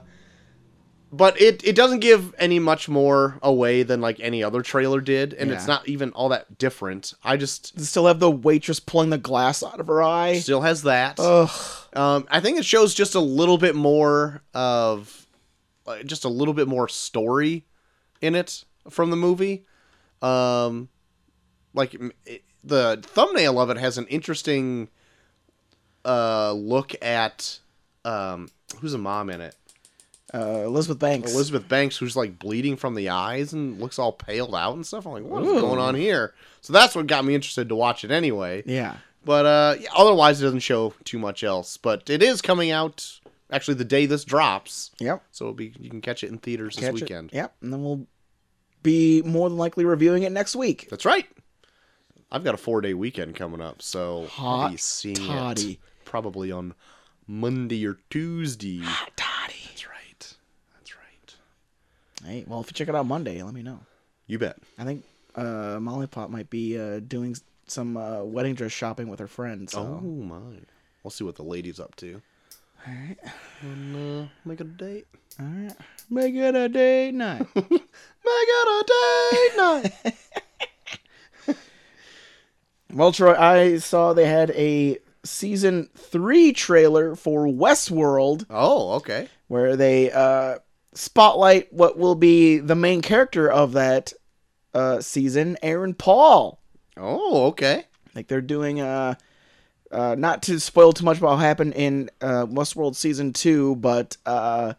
but it, it doesn't give any much more away than like any other trailer did, and it's Yeah. not even all that different. I just Does it still have the waitress pulling the glass out of her eye. still has that. Ugh. Um, I think it shows just a little bit more of, uh, just a little bit more story in it from the movie. Um, like m- it, the thumbnail of it has an interesting uh, look at um, who's a mom in it. Uh, Elizabeth Banks. Elizabeth Banks, who's like bleeding from the eyes and looks all paled out and stuff. I'm like, what's Ooh. going on here? So that's what got me interested to watch it anyway. Yeah. But uh, yeah, otherwise, it doesn't show too much else. But it is coming out actually the day this drops, Yep. so it'll be you can catch it in theaters Catch this it. weekend. Yep. And then we'll be more than likely reviewing it next week. That's right. I've got a four day weekend coming up, so I'll be Hot seeing toddy. it probably on Monday or Tuesday. Toddy. That's right. That's right. Hey, well, if you check it out Monday, let me know. You bet. I think uh, Molly Pop might be uh, doing s- some uh, wedding dress shopping with her friends. Oh So. my. We'll see what the lady's up to. All right. And, uh, make it a date. All right. Make it a date night. Make it a date night. well, Troy, I saw they had a season three trailer for Westworld oh, okay. where they uh, spotlight what will be the main character of that uh, season, Aaron Paul. Oh, okay. Like they're doing uh uh not to spoil too much about what happened in uh Westworld season 2, but uh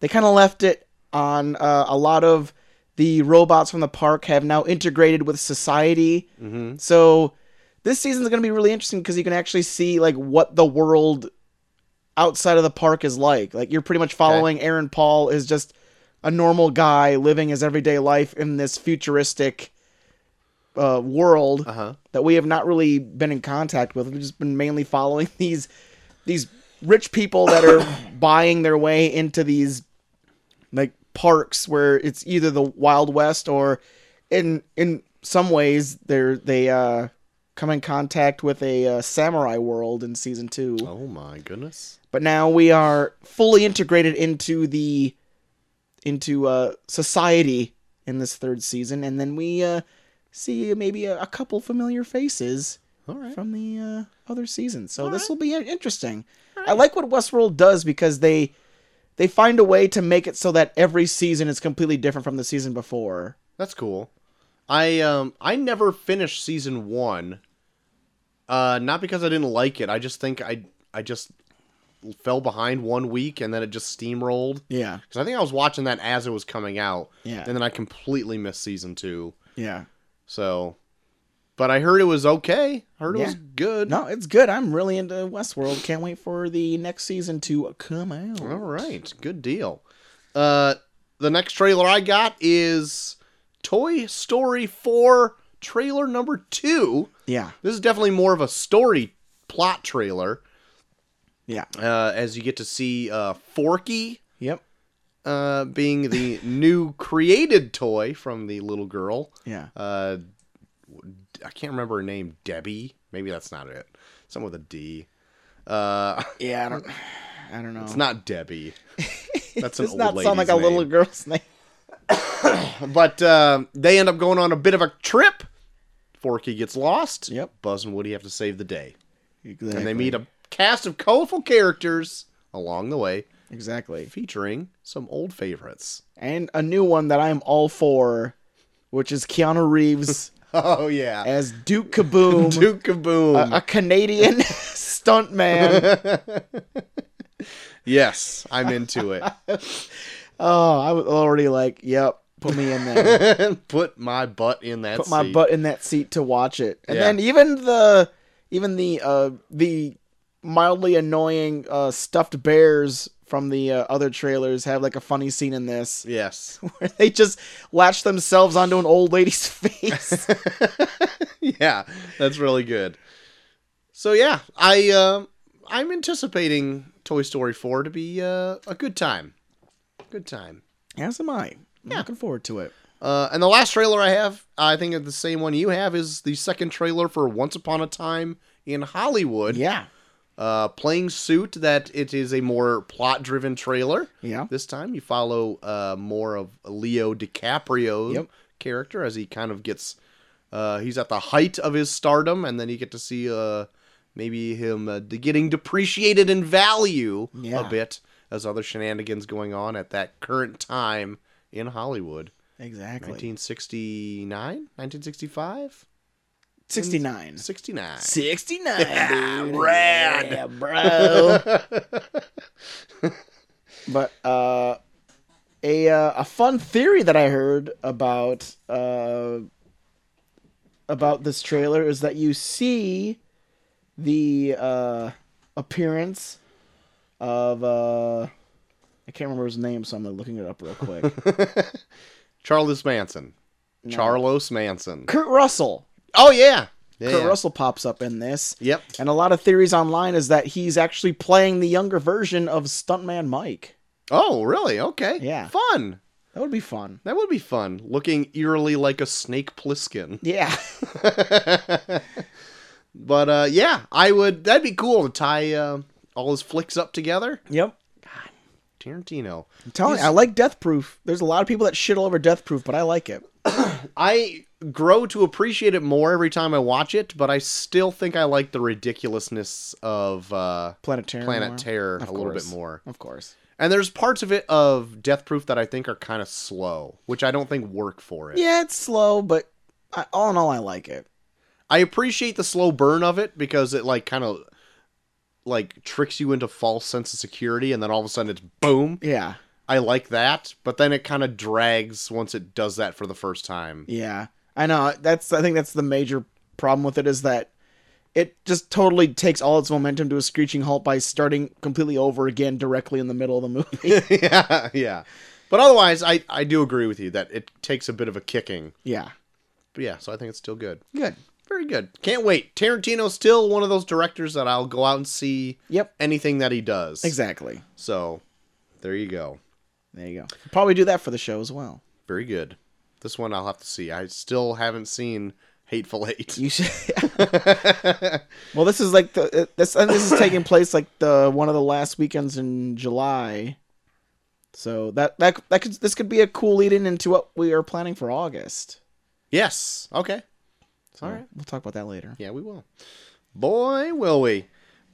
they kind of left it on uh, a lot of the robots from the park have now integrated with society. Mhm. Mm-hmm. So this season's going to be really interesting because you can actually see like what the world outside of the park is like. Like you're pretty much following Aaron Paul is just a normal guy living his everyday life in this futuristic uh, world Uh huh. that we have not really been in contact with. We've just been mainly following these these rich people that are buying their way into these like parks where it's either the Wild West or in in some ways they're they uh come in contact with a uh, samurai world in season 2. Oh my goodness. But now we are fully integrated into the into uh society in this third season and then we uh see maybe a, a couple familiar faces All right. from the uh, other season. So this will be in- interesting. I like what Westworld does because they they find a way to make it so that every season is completely different from the season before. That's cool. I um I never finished season 1. Uh not because I didn't like it. I just think I I just fell behind one week and then it just steamrolled. Yeah, Cuz I think I was watching that as it was coming out. Yeah. And then I completely missed season 2. yeah. So but I heard it was okay. I heard it Yeah. was good. No, it's good. I'm really into Westworld. Can't wait for the next season to come out. All right, good deal. Uh, the next trailer I got is Toy Story 4 trailer number two. Yeah, This is definitely more of a story plot trailer, yeah, uh, as you get to see uh, Forky yep, uh, being the new created toy from the little girl. yeah. Uh, I can't remember her name. Debbie? Maybe that's not it. Someone with a D. Uh, Yeah, I don't, I don't know. it's not Debbie. That's an Does old not sound like lady's a little name. girl's name. But uh, they end up going on a bit of a trip. Forky gets lost. Yep. Buzz and Woody have to save the day. Exactly. And they meet a cast of colorful characters along the way, exactly, featuring some old favorites. and a new one that I'm all for, which is Keanu Reeves. Oh, yeah. Uh, as Duke Kaboom, Duke Kaboom. a Canadian stuntman. yes, I'm into oh, I was already like, yep, put me in there. it. Put my butt in that Put my seat. butt in that seat to watch it. And Yeah. then even the even the uh the mildly annoying uh stuffed bears from the uh, other trailers have like a funny scene in this Yes. where they just latch themselves onto an old lady's face. yeah, that's really good. So yeah, I um I'm anticipating Toy Story 4 to be uh, a good time. Good time. As am I. I'm looking forward to it. Uh, and the last trailer I have, I think the same one you have, is the second trailer for Once Upon a Time in Hollywood. Yeah. uh, playing suit that it is a more plot driven trailer. Yeah. This time you follow uh, more of Leo DiCaprio's Yep. character as he kind of gets. Uh, he's at the height of his stardom, and then you get to see uh, maybe him uh, de- getting depreciated in value Yeah. a bit as other shenanigans going on at that current time in Hollywood. Exactly. 1969? 1965? 69. 69. 69. Rad. Yeah, bro. but uh, a uh, a fun theory that I heard about uh, about this trailer is that you see the uh, appearance of uh, I can't remember his name, so I'm like, looking it up real quick. Charles Manson. Charles Manson. Kurt Russell. Oh, yeah. yeah. Kurt Russell pops up in this. Yep. And a lot of theories online is that he's actually playing the younger version of Stuntman Mike. Oh, really? Okay. Yeah. Fun. That would be fun. That would be fun. Looking eerily like a snake pliskin. Yeah. But uh, yeah, I would. That'd be cool to tie uh, all his flicks up together. yep. Tarantino. I'm telling you, I like Death Proof. There's a lot of people that shit all over Death Proof, but I like it. I grow to appreciate it more every time I watch it, but I still think I like the ridiculousness of uh, Planetarium. Planet Terror Of a little bit course. more. Of course. And there's parts of it of Death Proof that I think are kind of slow, which I don't think work for it. Yeah, it's slow, but I, all in all, I like it. I appreciate the slow burn of it because it like kind of like tricks you into false sense of security and then all of a sudden it's boom. Yeah. I like that, but then it kind of drags once it does that for the first time. Yeah. I know. That's. I think that's the major problem with it is that it just totally takes all its momentum to a screeching halt by starting completely over again directly in the middle of the movie. yeah, yeah. But otherwise, I I do agree with you that it takes a bit of a kicking. yeah. But yeah, so I think it's still good. Good. Very good. Can't wait. Tarantino's still one of those directors that I'll go out and see Yep. anything that he does. Exactly. So, there you go. There you go. Probably do that for the show as well. Very good. This one I'll have to see. I still haven't seen Hateful Eight. You should. well, this is like the it- this. And this is taking place like the one of the last weekends in July. So that that that could this could be a cool lead in into what we are planning for August. Yes. Okay. All right, we'll talk about that later. Yeah, we will. Boy, will we.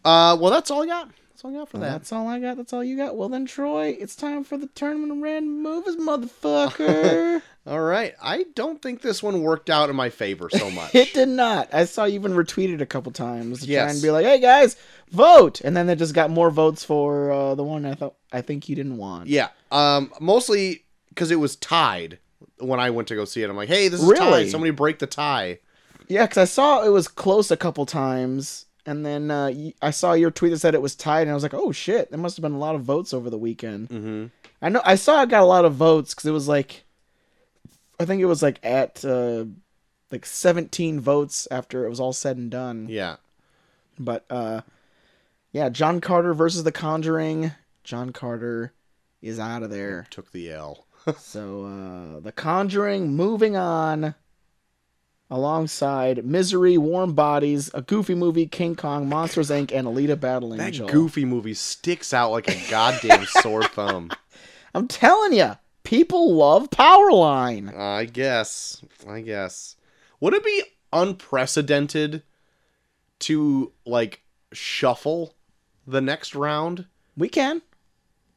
Uh, well, that's all I got. That's all I got for that. That's all I got. That's all you got. Well then, Troy, it's time for the tournament of random movies, motherfucker. All right. I don't think this one worked out in my favor so much. it did not. I saw you even retweeted a couple times to try Yes. and be like, "Hey guys, vote!" And then they just got more votes for uh, the one I thought I think you didn't want. Yeah. Um, mostly because it was tied when I went to go see it. I'm like, hey, this is Really? tied. Somebody break the tie. Yeah, because I saw it was close a couple times, and then uh, y- I saw your tweet that said it was tied, and I was like, "Oh shit, there must have been a lot of votes over the weekend." Mm-hmm. I know I saw it got a lot of votes because it was like, I think it was like at uh, like seventeen votes after it was all said and done. Yeah. But uh, yeah, John Carter versus The Conjuring. John Carter is out of there. Took the L. So uh The Conjuring moving on alongside Misery, Warm Bodies, a goofy movie, King Kong, Monsters Inc., and Alita Battle That Angel. goofy movie sticks out like a goddamn sore thumb. I'm telling you, people love Powerline. I guess. I guess. Would it be unprecedented to like shuffle the next round? We can.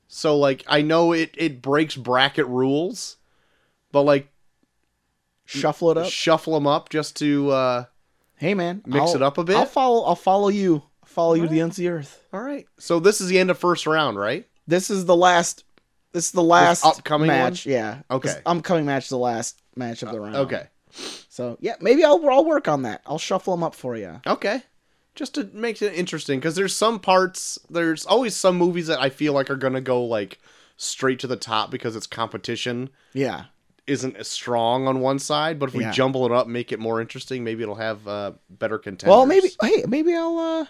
So like I know it it breaks bracket rules, but like Shuffle it up. shuffle them up just to uh Hey man, mix I'll- it up a bit? I'll follow. I'll follow you. I'll follow you to the ends of the earth. all right. So this is the end of first round, right? This is the last. This is the last upcoming match. Yeah. Okay. Uh, This upcoming match. is The last match of the round. Okay. So yeah, maybe I'll I'll work on that. I'll shuffle them up for you. Okay. Just to make it interesting cuz there's some parts there's always some movies that I feel like are going to go like straight to the top because it's competition Yeah. isn't as strong on one side, but if Yeah. we jumble it up, make it more interesting, maybe it'll have uh better contenders. Well, maybe hey, maybe I'll uh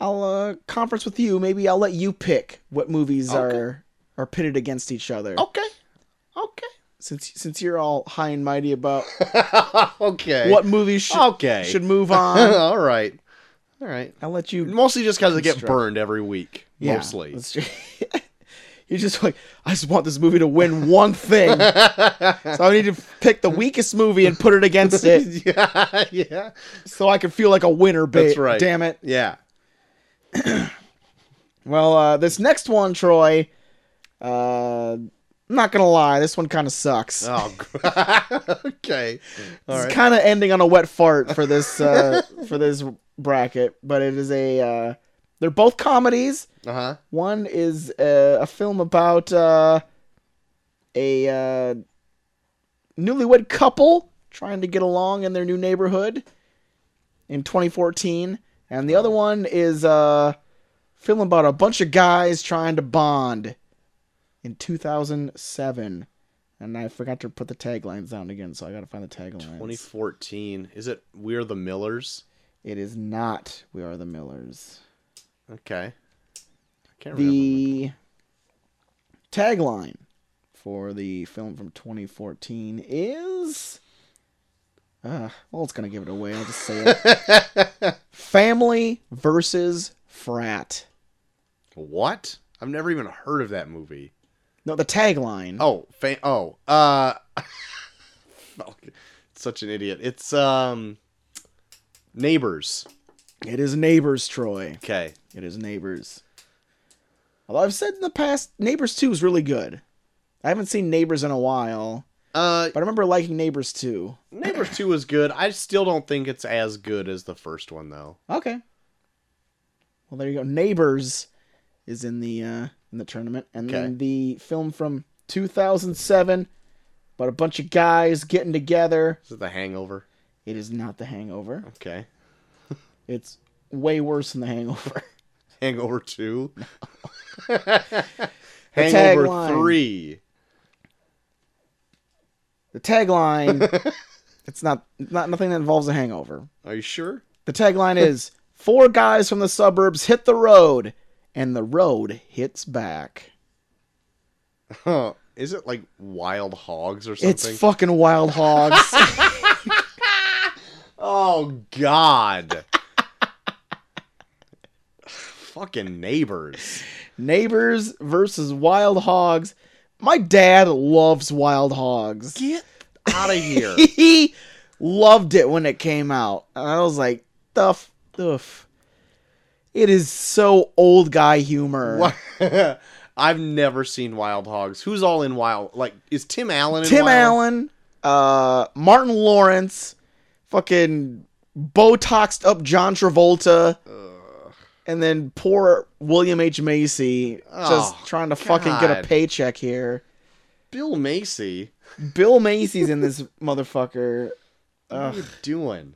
I'll uh conference with you. Maybe I'll let you pick what movies Okay. Oh. are are pitted against each other. Okay. Okay. Since since you're all high and mighty about okay. what movies should Okay. should move on. All right. All right. I'll let you. Mostly just because I get Construct. burned every week. Yeah, mostly. that's true. You're just like, I just want this movie to win one thing. so I need to pick the weakest movie and put it against it yeah. Yeah. so I can feel like a winner, babe. That's right. Damn it. Yeah. Well, uh, this next one, Troy, uh, I'm not going to lie, this one kind of sucks. Oh. okay. All it's right. kind of ending on a wet fart for this uh, for this bracket, but it is a uh, they're both comedies. Uh huh. One is uh, a film about uh, a uh, newlywed couple trying to get along in their new neighborhood in 2014, and the other one is a film about a bunch of guys trying to bond in 2007. And I forgot to put the taglines down again, so I gotta find the taglines. 2014. Is it We're the Millers? It is not We Are the Millers. Okay. I can't remember. the tagline for the film from 2014 is uh, well it's gonna give it away i'll just say it family versus frat What? I've never even heard of that movie. no the tagline Oh, fa- oh, uh, fuck, such an idiot. It's um, neighbors. it is neighbors troy Okay, it is neighbors although i've said in the past neighbors 2 is really good i haven't seen neighbors in a while uh, but i remember liking neighbors 2 neighbors two was good. I still don't think it's as good as the first one though. Okay. Well, there you go. Neighbors is in the uh, in the tournament, and Okay. then the film from 2007 about a bunch of guys getting together. Is it The Hangover? It is not The Hangover. Okay, It's way worse than The Hangover. Hangover two, The Hangover tagline. three. The tagline. it's not not nothing that involves a hangover. Are you sure? The tagline is four guys from the suburbs hit the road, and the road hits back. Huh. Is it like Wild Hogs or It's something? fucking wild hogs. oh God. Fucking neighbors. Neighbors versus Wild Hogs. My dad loves Wild Hogs. Get out of here. he loved it when it came out. And I was like, duff, duff. It is so old guy humor. Wha- I've never seen Wild Hogs. Who's all in Wild? Like, is Tim Allen? In Tim Wild? Allen, uh, Martin Lawrence, fucking Botoxed up John Travolta. And then poor William H. Macy just Oh, trying to fucking get a God. paycheck here. Bill Macy. Bill Macy's in this motherfucker. What are you doing?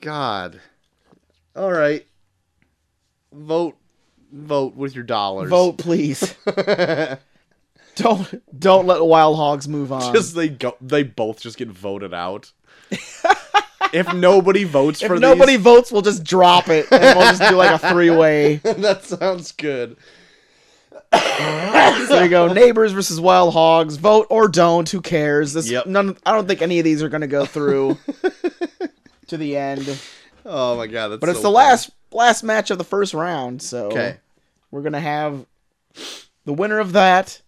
God. All right. Vote, vote with your dollars. Vote, please. don't don't let wild hogs move on. Just they go. They both just get voted out. if nobody votes if for nobody votes, we'll just drop it and we'll just do like a three way. these, that sounds good. So you go, neighbors versus wild hogs. Vote or don't. Who cares? This Yep. none. I don't think any of these are gonna go through to the end. Oh my god, that's. But it's so the funny. last last match of the first round, so Okay. we're gonna have the winner of that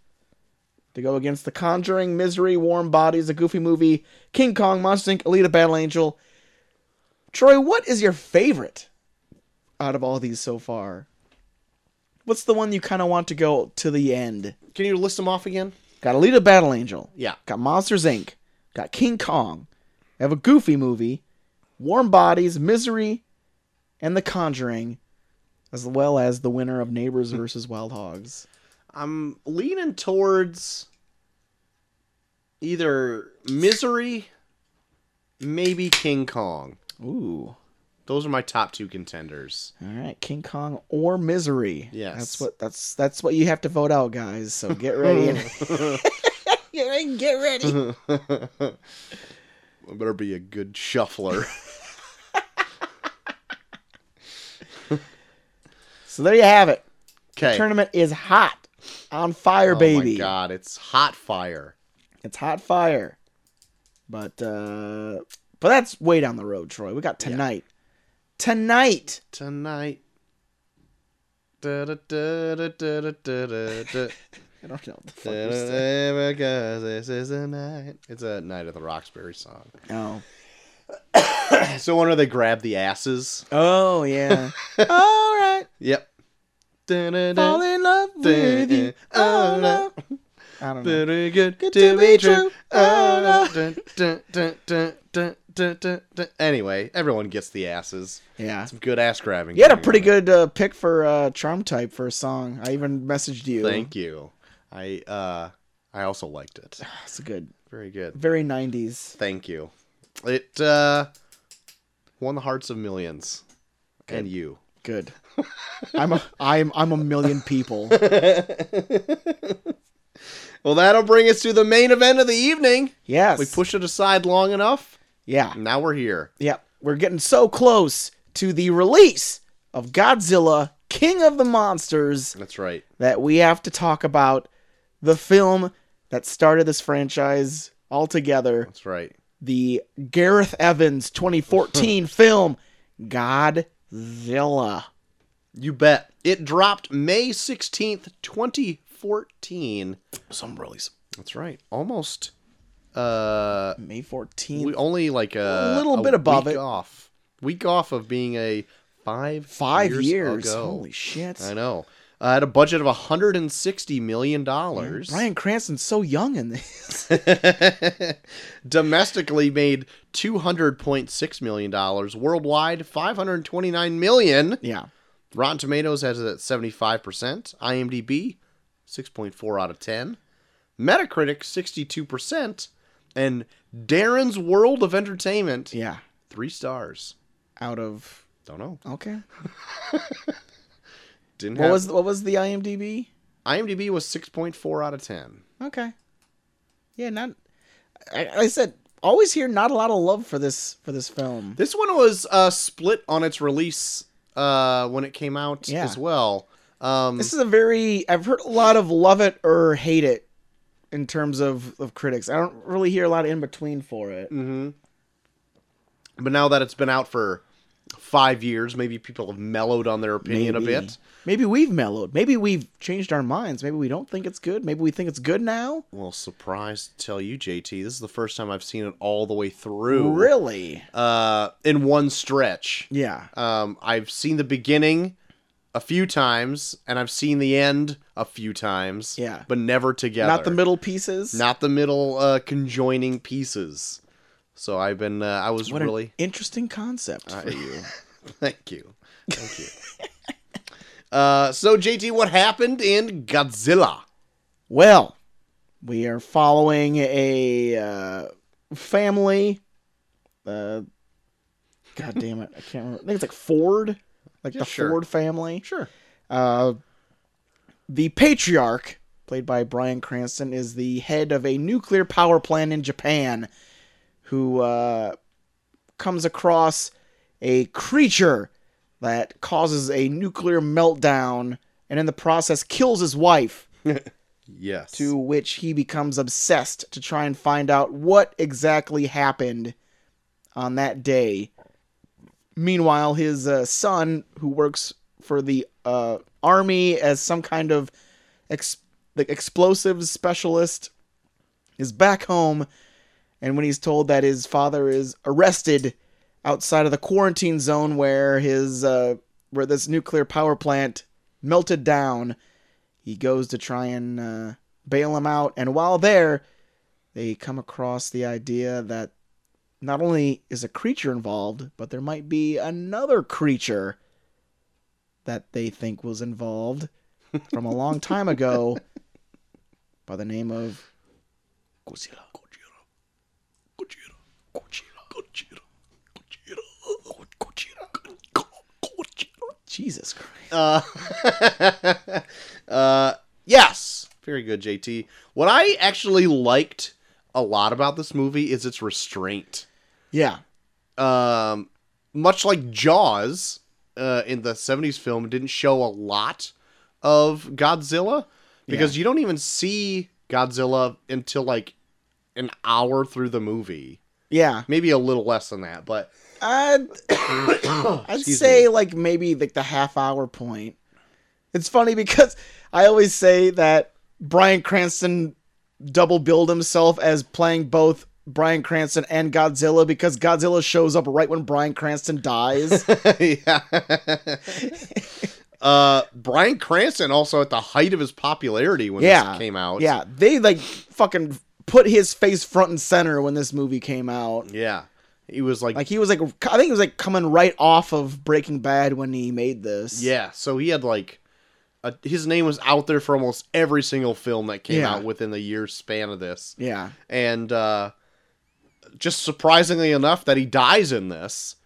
to go against the Conjuring, Misery, Warm Bodies, a Goofy Movie, King Kong, Monster Inc., Alita, Battle Angel. Troy, what is your favorite out of all these so far? What's the one you kind of want to go to the end? Can you list them off again? Got Alita, Battle Angel. Yeah. Got Monsters Inc. Got King Kong. I have a Goofy movie, Warm Bodies, Misery, and The Conjuring, as well as the winner of Neighbors Hmm. versus Wild Hogs. I'm leaning towards either Misery, maybe King Kong. Ooh. Those are my top two contenders. All right, King Kong or Misery. Yes. That's what that's that's what you have to vote out, guys. So get ready. and- get ready. Get ready. I better be a good shuffler. So there you have it. Okay. Tournament is hot. On fire, oh baby. my god, it's hot fire. It's hot fire. But uh but that's way down the road, Troy. We got tonight. tonight. Tonight. Da da da da da da da da. I don't know what the fuck you're saying. Because this is a night. It's a Night of the Roxbury song. No. So one where they grab the asses. Oh yeah. All right. Yep. Fall in love with you. Oh no. I don't know. Very good to be true. Oh, no. Dun, dun, dun, dun, dun, dun, dun. Anyway, everyone gets the asses. Yeah. Some good ass grabbing. You had a going pretty on. good uh, pick for uh, charm type for a song. I even messaged you. Thank you. I uh I also liked it. It's good. Very good. Very 90s. Thank you. It uh won the hearts of millions. And you. Good. I'm a I'm I'm a million people. Well, that'll bring us to the main event of the evening. Yes. We pushed it aside long enough. Yeah. Now we're here. Yeah. We're getting so close to the release of Godzilla King of the Monsters That's right. that we have to talk about the film that started this franchise altogether, That's right. the Gareth Evans 2014 film Godzilla. You bet. It dropped May 16th, 2014. Some release That's right. Almost uh May 14th. we only like uh, a, A little bit above week it. off. Week off of being a 5 Five years. ago. Holy shit. I know. Uh, at a budget of 160 million dollars. Brian Cranston's so young in this. domestically made 200.6 million dollars worldwide 529 million yeah. rotten tomatoes has it at 75% imdb 6.4 out of 10 metacritic 62% and darren's world of entertainment Yeah. three stars Out of don't know okay. didn't What have was what was the IMDb? imdb was 6.4 out of 10 Okay. Yeah, not. I, I said always hear not a lot of love for this for this film. This one was uh, split on its release uh, when it came out Yeah. as well. Um, This is a very I've heard a lot of love it or hate it in terms of of critics. I don't really hear a lot in between for it. Mm-hmm. but now that it's been out for five years, maybe people have mellowed on their opinion a bit. Maybe we've mellowed. Maybe we've changed our minds. Maybe we don't think it's good. Maybe we think it's good now. Well, surprised to tell you, JT, this is the first time I've seen it all the way through. Really? Uh, in one stretch. Yeah. Um, I've seen the beginning a few times, and I've seen the end a few times. Yeah. But never together. Not the middle pieces. not the middle uh, conjoining pieces. So I've been, uh, I was what really Uh, an interesting concept for you. Thank you. Thank you. uh, so, JT, what happened in Godzilla? Well, we are following a uh, family. Uh, God damn it, I can't remember. I think it's like Ford, like Yeah, the sure. Ford family. Sure. Uh, the patriarch, played by Brian Cranston, is the head of a nuclear power plant in Japan, who uh, comes across a creature that causes a nuclear meltdown, and in the process kills his wife Yes. to which he becomes obsessed to try and find out what exactly happened on that day. Meanwhile, his uh, son, who works for the uh, army as some kind of ex- like explosives specialist, is back home, and when he's told that his father is arrested outside of the quarantine zone where his uh, where this nuclear power plant melted down, he goes to try and uh, bail him out. And while there, they come across the idea that not only is a creature involved, but there might be another creature that they think was involved from a long time ago by the name of Godzilla. Jesus Christ. Uh, uh, yes. Very good, JT. What I actually liked a lot about this movie is its restraint. Yeah. um, much like Jaws uh, in the 70s film, didn't show a lot of Godzilla because you don't even see Godzilla until like an hour through the movie. Yeah. Maybe a little less than that, but I'd, I'd Excuse say me. like maybe like the half hour point. It's funny because I always say that Brian Cranston double billed himself as playing both Brian Cranston and Godzilla because Godzilla shows up right when Brian Cranston dies. yeah. uh, Brian Cranston also at the height of his popularity when yeah. this came out. Yeah. They like fucking put his face front and center when this movie came out. yeah. He was like, Like he was like I think he was like coming right off of Breaking Bad when he made this. yeah. So he had like, a, his name was out there for almost every single film that came Yeah. out within the year span of this, Yeah. and uh, just surprisingly enough that he dies in this.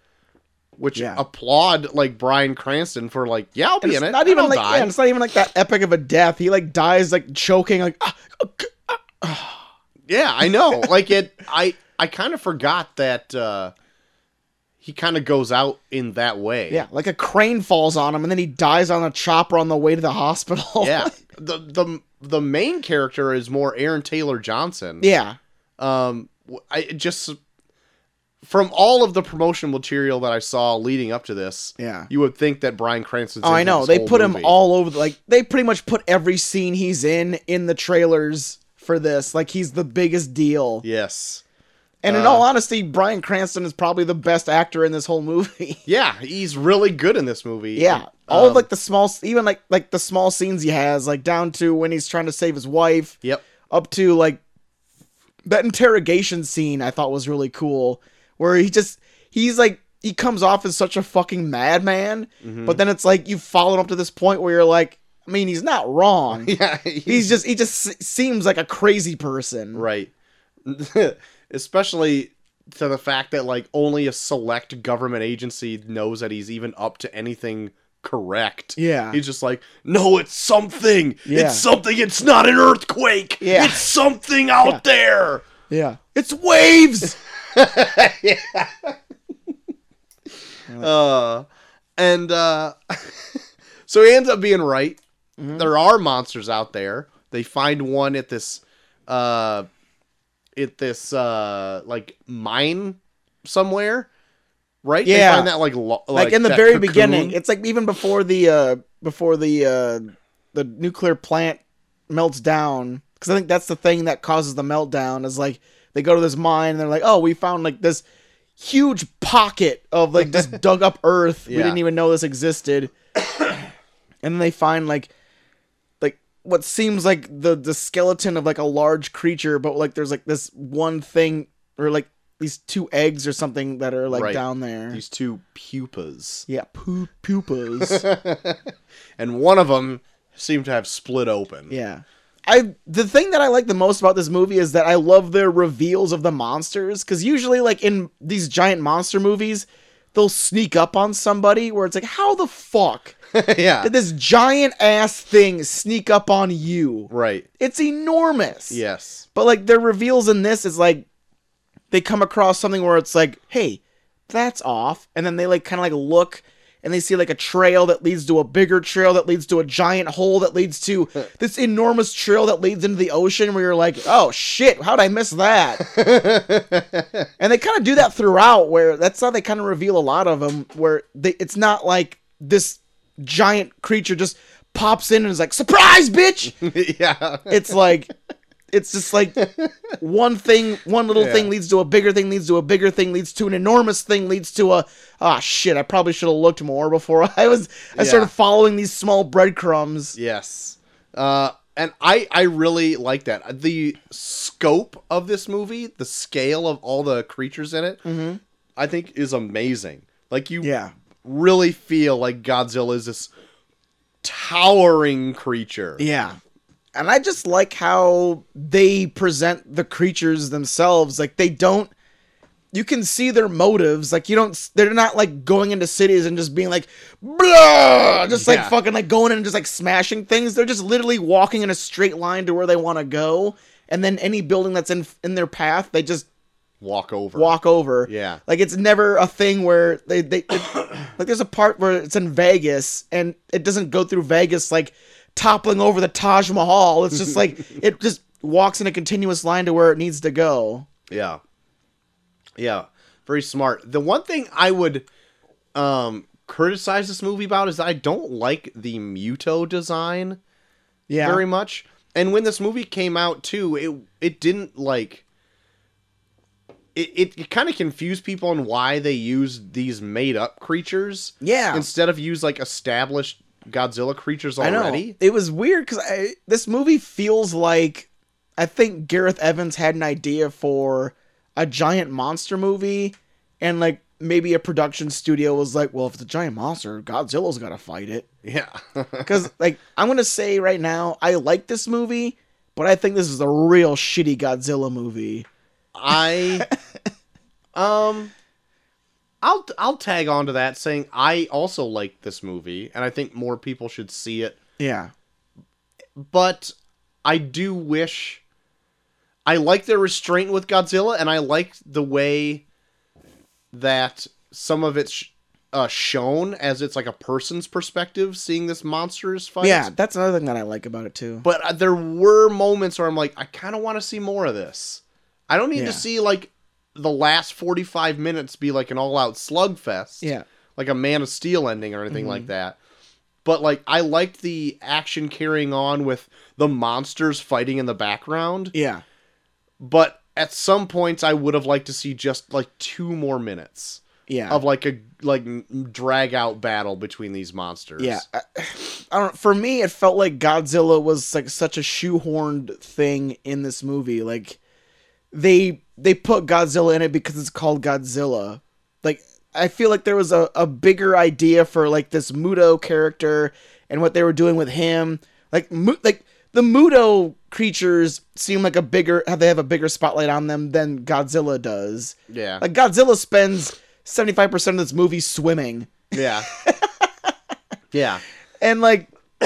Which Yeah. applaud like Brian Cranston for like yeah I'll be And in it's it not I even don't like die. yeah, and it's not even like that epic of a death. He like dies like choking like "Ah, okay." Yeah, I know. like it I I kind of forgot that uh he kind of goes out in that way. yeah, like a crane falls on him and then he dies on a chopper on the way to the hospital. Yeah. the the the main character is more Aaron Taylor Johnson. yeah. Um w- I it just from all of the promotional material that I saw leading up to this, Yeah. you would think that Brian Cranston's Oh, in I know. this They whole put him movie. all over the- like they pretty much put every scene he's in in the trailers for this. Like he's the biggest deal. Yes. And in Uh, all honesty, Brian Cranston is probably the best actor in this whole movie. Yeah, he's really good in this movie. Yeah. All of Um, like the small even like like the small scenes he has, like down to when he's trying to save his wife, Yep. up to like that interrogation scene I thought was really cool where he just he's like he comes off as such a fucking madman, but then it's like you've followed up to this point where you're like, I mean, he's not wrong. Yeah. He's, he's just he just se- seems like a crazy person. Right. Especially to the fact that like only a select government agency knows that he's even up to anything correct. Yeah. He's just like, no, it's something. Yeah. It's something. It's not an earthquake. Yeah. It's something out Yeah. there. Yeah. It's waves. yeah. uh, and uh, so he ends up being right. Mm-hmm. There are monsters out there. They find one at this, uh, at this uh, like mine somewhere, right? Yeah. They find that like lo- like, in the that very cocoon. beginning it's like even before the uh before the uh the nuclear plant melts down because i think that's the thing that causes the meltdown is like they go to this mine and they're like oh we found like this huge pocket of like just dug up earth we Yeah. didn't even know this existed and then they find like like what seems like the the skeleton of like a large creature but like there's like this one thing or like these two eggs or something that are like Right. down there these two pupas, yeah, pu- pupas. and one of them seemed to have split open. yeah. I the thing that I like the most about this movie is that I love their reveals of the monsters cuz usually like in these giant monster movies they'll sneak up on somebody where it's like how the fuck yeah. did this giant ass thing sneak up on you? Right. It's enormous. Yes. But like their reveals in this is like they come across something where it's like, hey, that's off, and then they like kind of like look and they see like a trail that leads to a bigger trail that leads to a giant hole that leads to this enormous trail that leads into the ocean where you're like, oh shit, how'd I miss that? and they kind of do that throughout where that's how they kind of reveal a lot of them where they, it's not like this giant creature just pops in and is like, surprise, bitch! yeah. it's like it's just like one thing one little Yeah. thing leads to a bigger thing leads to a bigger thing leads to an enormous thing leads to a ah shit i probably should have looked more before i was i Yeah. started following these small breadcrumbs Yes. Uh, and I I really like that. The scope of this movie, the scale of all the creatures in it, I think is amazing. Like you really feel like Godzilla is this towering creature. yeah and i just like how they present the creatures themselves like they don't you can see their motives like you don't they're not like going into cities and just being like blah just like Yeah. fucking like going in and just like smashing things they're just literally walking in a straight line to where they want to go and then any building that's in in their path they just Walk over. walk over Yeah. like it's never a thing where they they it- like there's a part where it's in Vegas and it doesn't go through Vegas like toppling over the Taj Mahal it's just like it just walks in a continuous line to where it needs to go Yeah. Yeah, very smart. The one thing I would um criticize this movie about is I don't like the Muto design Yeah. very much. And when this movie came out too, it it didn't like it it, it kind of confused people on why they used these made up creatures yeah. instead of use like established Godzilla creatures I know. already. It was weird because this movie feels like I think Gareth Evans had an idea for a giant monster movie, and like maybe a production studio was like, "Well, if it's a giant monster, Godzilla's got to fight it." Yeah. Because like I'm gonna say right now, I like this movie, but I think this is a real shitty Godzilla movie. I um I'll I'll tag on to that saying I also like this movie and I think more people should see it, Yeah. but I do wish I like their restraint with Godzilla and I like the way that some of it's sh- uh, shown as it's like a person's perspective seeing this monster's fight. Yeah, that's another thing that I like about it too. But uh, there were moments where I'm like, I kind of want to see more of this. I don't need Yeah. to see like the last 45 minutes be like an all-out slugfest, yeah. like a Man of Steel ending or anything Mm-hmm. like that. But like, I liked the action carrying on with the monsters fighting in the background. Yeah. But at some points, I would have liked to see just like two more minutes Yeah. of like a like drag out battle between these monsters. Yeah, I, I don't. For me, it felt like Godzilla was like such a shoehorned thing in this movie. Like they they put Godzilla in it because it's called Godzilla. Like I feel like there was a, a bigger idea for like this Muto character and what they were doing with him. Like Mu- like the Muto creatures seem like a bigger they have a bigger spotlight on them than Godzilla does. yeah, Like Godzilla spends seventy five percent of this movie swimming. yeah, yeah. and like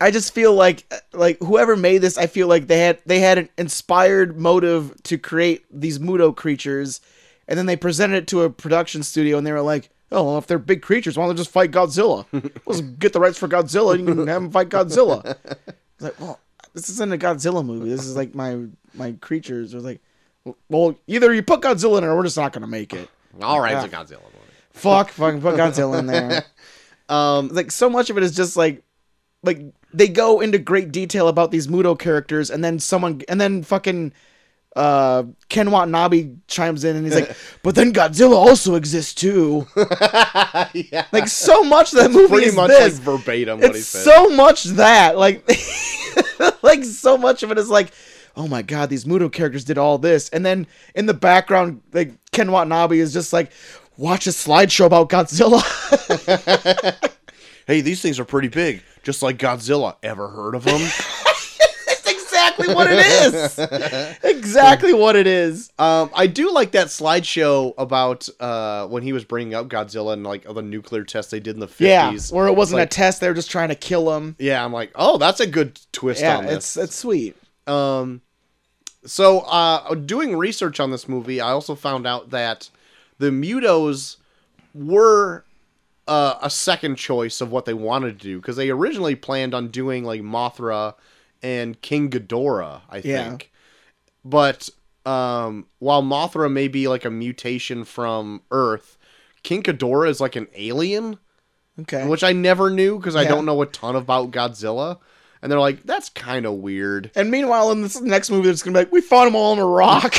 i just feel like like whoever made this i feel like they had they had an inspired motive to create these muto creatures and then they presented it to a production studio and they were like oh well, if they're big creatures why don't they just fight godzilla let's get the rights for godzilla and you can have them fight godzilla it's like well this isn't a godzilla movie this is like my my creatures it was like well either you put godzilla in it or we're just not gonna make it All right, it's a Godzilla movie. fuck fucking put Godzilla in there. Um, like so much of it is just like, like they go into great detail about these Muto characters, and then someone, and then fucking, uh, Ken Watanabe chimes in and he's like, "But then Godzilla also exists too." yeah, Like so much of that movie pretty is much this. like verbatim what he it's said. so much that like, like so much of it is like. Oh my god, these Muto characters did all this. And then in the background, like Ken Watanabe is just like, watch a slideshow about Godzilla. hey, these things are pretty big, just like Godzilla. Ever heard of them? That's exactly what it is. exactly what it is. um, I do like that slideshow about uh, when he was bringing up Godzilla and like the nuclear test they did in the Yeah, fifties. where it wasn't like- a test; they were just trying to kill him. yeah, I'm like, oh, that's a good twist Yeah, on it's this. it's sweet. Um, so uh, doing research on this movie, I also found out that the Mutos were uh, a second choice of what they wanted to do because they originally planned on doing like Mothra and King Ghidorah, I Yeah. think. But um, while Mothra may be like a mutation from Earth, King Ghidorah is like an alien Okay. which I never knew because I Yeah. don't know a ton about Godzilla. And they're like, that's kind of weird. and meanwhile, in this next movie, they're just gonna be like, "We found them all on a rock."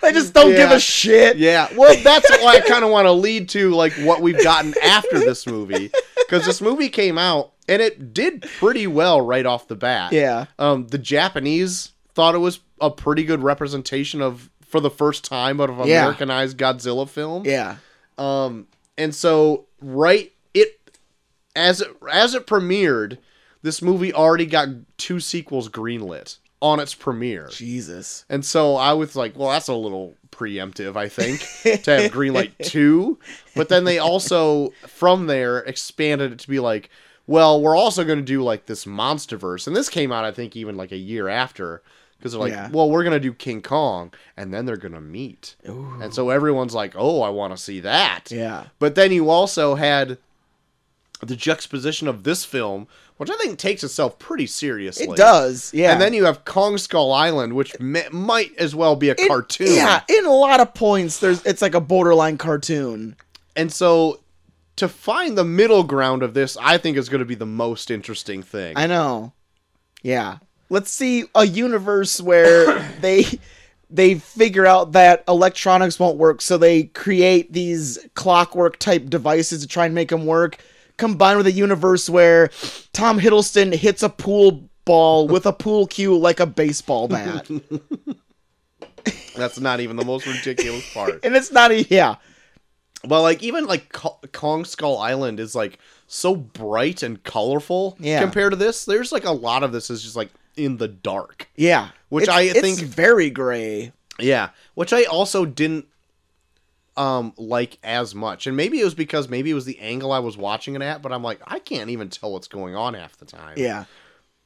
they just don't give Yeah. a shit. Yeah, well, that's why I kind of want to lead to like what we've gotten after this movie because this movie came out and it did pretty well right off the bat. Yeah. um, the Japanese thought it was a pretty good representation of for the first time of an Yeah. Americanized Godzilla film. Yeah. Um, and so right it as it as it premiered, this movie already got two sequels greenlit on its premiere. Jesus. And so I was like, well, that's a little preemptive, I think, to have greenlight two. But then they also from there expanded it to be like, well, we're also going to do like this MonsterVerse, and this came out I think even like a year after because they're like, Yeah. well, we're going to do King Kong, and then they're going to meet. And so everyone's like, oh, I want to see that. Yeah. But then you also had the juxtaposition of this film, which I think takes itself pretty seriously. It does, yeah. And then you have Kong Skull Island, which ma- might as well be a It- cartoon. Yeah, in a lot of points, there's it's like a borderline cartoon. And so to find the middle ground of this, I think is going to be the most interesting thing. I know. Yeah. Let's see a universe where they they figure out that electronics won't work, so they create these clockwork type devices to try and make them work. Combined with a universe where Tom Hiddleston hits a pool ball with a pool cue like a baseball bat, and That's not even the most ridiculous part. it's not a yeah. But like even like Co- Kong Skull Island is like so bright and colorful Yeah. compared to this. There's like a lot of this is just like in the dark. Yeah, Which It's- I it's think- very gray. Yeah, which I also didn't um like as much. And maybe it was because maybe it was the angle I was watching it at, but I'm like I can't even tell what's going on half the time. Yeah,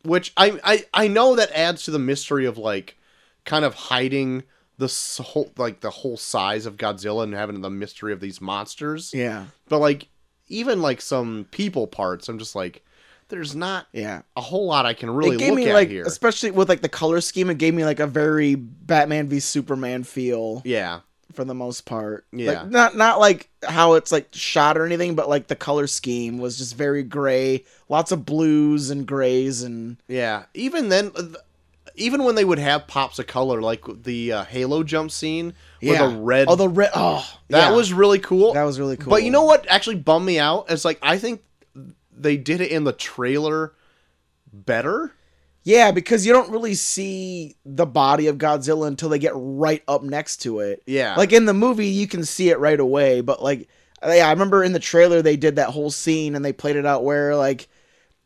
Which I I I know that adds to the mystery of like kind of hiding the s- whole like the whole size of Godzilla and having the mystery of these monsters. yeah, But like even like some people parts, I'm just like there's not yeah. a whole lot I can really it gave look me at like, here. especially with like the color scheme, it gave me like a very Batman v Superman feel yeah. for the most part. Yeah. like, not not like how it's like shot or anything, but like the color scheme was just very gray, lots of blues and grays and Yeah, even then, uh, th- even when they would have pops of color, like the uh, Halo jump scene yeah, with a red, Oh, the red. Oh, that yeah. was really cool. that was really cool. But you know what actually bummed me out? It's like I think they did it in the trailer better. yeah, because you don't really see the body of Godzilla until they get right up next to it. Yeah, Like in the movie, you can see it right away, but like, uh, yeah, I remember in the trailer they did that whole scene and they played it out where like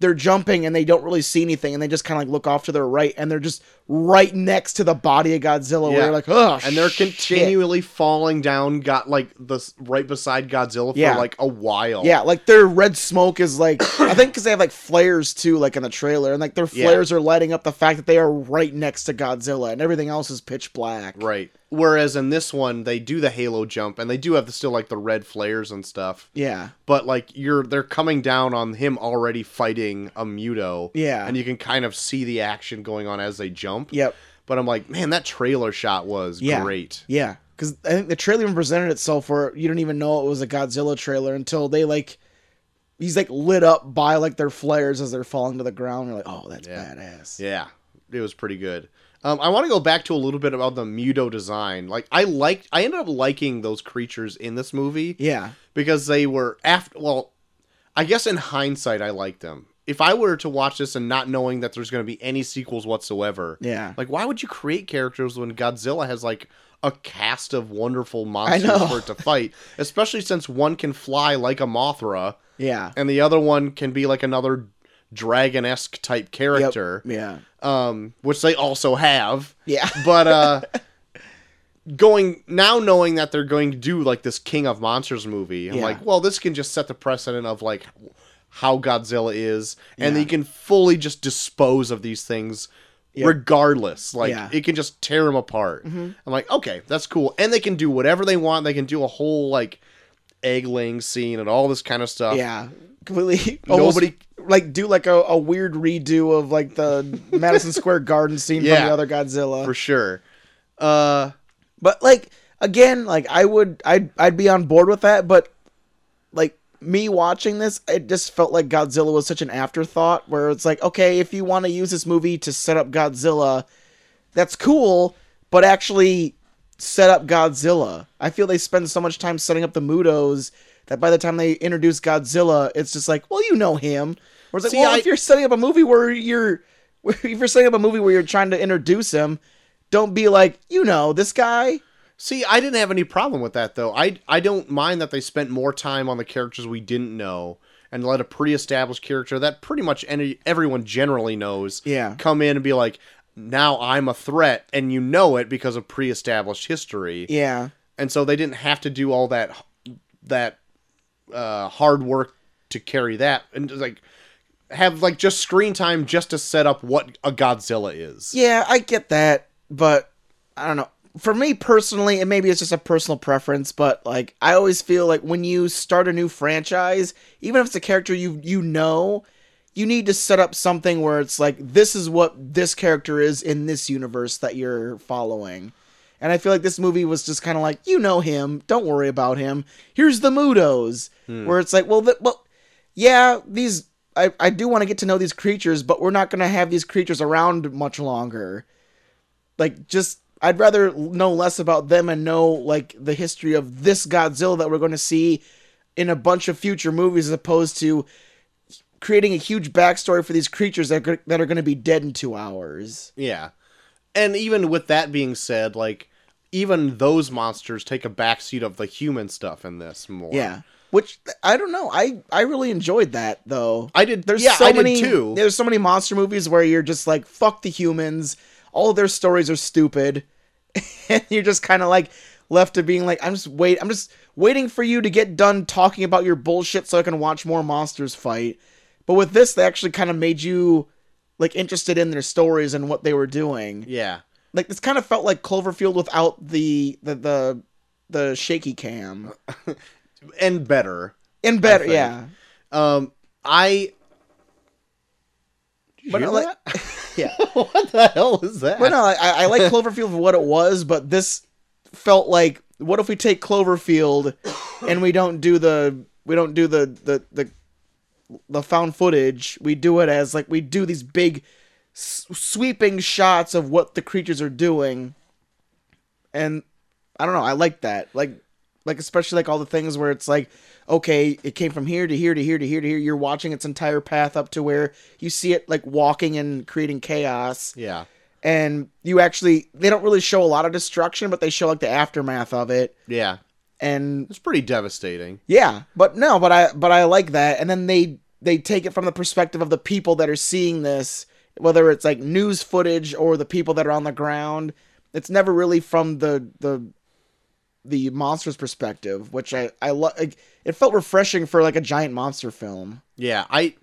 they're jumping and they don't really see anything and they just kind of like look off to their right and they're just right next to the body of Godzilla. Where Yeah. you're like, oh, and they're shit." continually falling down. Got like the s- right beside Godzilla for Yeah. like a while. Yeah, like their red smoke is like I think because they have like flares too, like in the trailer, and like their Yeah. flares are lighting up the fact that they are right next to Godzilla, and everything else is pitch black. Right. Whereas in this one, they do the Halo jump, and they do have the, still like the red flares and stuff. Yeah. but like you're they're coming down on him already fighting a muto Yeah. and you can kind of see the action going on as they jump Yep. but i'm like man that trailer shot was Yeah. great Yeah, because I think the trailer even presented itself where you didn't even know it was a Godzilla trailer until they like he's like lit up by like their flares as they're falling to the ground. You're like, oh, that's Yeah. badass. yeah it was pretty good um, i want to go back to a little bit about the muto design like i liked i ended up liking those creatures in this movie Yeah, because they were after well i guess in hindsight i liked them if i were to watch this and not knowing that there's going to be any sequels whatsoever yeah. Like, why would you create characters when Godzilla has like a cast of wonderful monsters know. for it to fight? Especially since one can fly like a Mothra, yeah. and the other one can be like another dragon esque type Yep. character, Yeah. um, which they also have. Yeah. But uh, going now, knowing that they're going to do like this King of Monsters movie, I'm Yeah. like, well, this can just set the precedent of like how Godzilla is, and Yeah. you can fully just dispose of these things. Yep. Regardless, like Yeah. it can just tear them apart. Mhm. I'm like, okay, that's cool, and they can do whatever they want. They can do a whole like egg laying scene and all this kind of stuff. Yeah. Completely. Nobody Uh, nobody. like do like a, a weird redo of like the Madison Square Garden scene from Yeah. the other Godzilla. for sure. Uh, But like again, like I would I'd I'd be on board with that, but like me watching this, it just felt like Godzilla was such an afterthought where it's like, okay, if you want to use this movie to set up Godzilla, that's cool, but actually set up Godzilla. I feel they spend so much time setting up the Mudos that by the time they introduce Godzilla, it's just like, well, you know him. Where it's like, See, well, I- if you're setting up a movie where you're, if you're setting up a movie where you're trying to introduce him, don't be like, you know, this guy. See, I didn't have any problem with that though. I I don't mind that they spent more time on the characters we didn't know and let a pre-established character that pretty much any everyone generally knows Yeah. come in and be like, "Now I'm a threat," and you know it because of pre-established history. Yeah. And so they didn't have to do all that that uh, hard work to carry that and just, like have like just screen time just to set up what a Godzilla is. Yeah, I get that, but I don't know. for me personally, and maybe it's just a personal preference, but like I always feel like when you start a new franchise, even if it's a character you you know, you need to set up something where it's like this is what this character is in this universe that you're following. And I feel like this movie was just kind of like, you know him, don't worry about him. Here's the Mudos, where it's like, well, th- well, yeah, these I, I do want to get to know these creatures, but we're not gonna have these creatures around much longer. Like, just I'd rather know less about them and know like the history of this Godzilla that we're going to see in a bunch of future movies, as opposed to creating a huge backstory for these creatures that are, that are going to be dead in two hours. Yeah. And even with that being said, like even those monsters take a backseat of the human stuff in this more. Yeah. Which I don't know. I I really enjoyed that though. I did There's yeah, so I did many too. there's so many monster movies where you're just like fuck the humans. All of their stories are stupid. and you're just kind of like left to being like I'm just wait I'm just waiting for you to get done talking about your bullshit so I can watch more monsters fight. But with this they actually kind of made you like interested in their stories and what they were doing. Yeah. Like this kind of felt like Cloverfield without the the the, the shaky cam. And better. And better, think. yeah. Um I Did you But hear no, like- yeah. what the hell is that? But uh, no, I, I like Cloverfield for what it was, but this felt like what if we take Cloverfield and we don't do the we don't do the the the the found footage. We do it as like we do these big s- sweeping shots of what the creatures are doing, and I don't know. I like that. Like like especially like all the things where it's like okay it came from here to here to here to here to here you're watching its entire path up to where you see it like walking and creating chaos Yeah. and you actually they don't really show a lot of destruction but they show like the aftermath of it Yeah. and It's pretty devastating. yeah but no but i but i like that and then they they take it from the perspective of the people that are seeing this whether it's like news footage or the people that are on the ground it's never really from the the the monster's perspective which i i lo- like it felt refreshing for like a giant monster film Yeah, I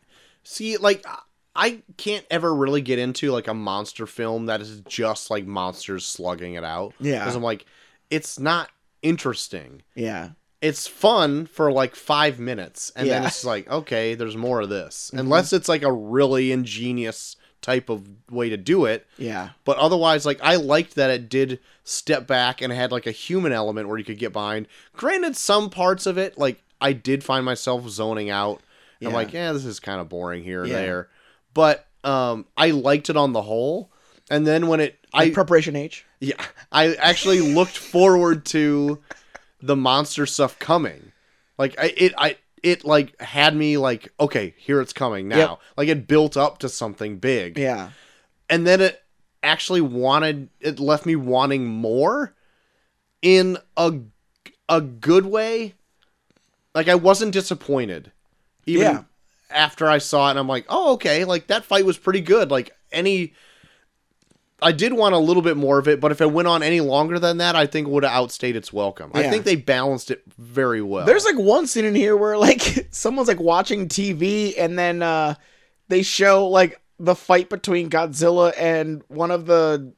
see. Like, I- I can't ever really get into like a monster film that is just like monsters slugging it out. Yeah. because I'm like, it's not interesting. yeah It's fun for like five minutes, and then Yeah. Mm-hmm. it's like, okay, there's more of this. Unless it's like a really ingenious type of way to do it. yeah But otherwise, like I liked that it did step back and had like a human element where you could get behind. Granted, some parts of it, like I did find myself zoning out. I'm Yeah. like, yeah, this is kind of boring here and Yeah. there. But um, I liked it on the whole. And then when it, I Like preparation h yeah, I actually looked forward to the monster stuff coming. Like I, it, I, it like had me like, okay, here it's coming now. Yep. Like it built up to something big yeah and then it actually wanted it left me wanting more in a a good way like i wasn't disappointed even Yeah. after i saw it and i'm like oh okay like that fight was pretty good like any i did want a little bit more of it but if it went on any longer than that i think would have outstayed its welcome i Yeah. think they balanced it very well There's like one scene in here where like someone's like watching TV and then uh they show like the fight between Godzilla and one of the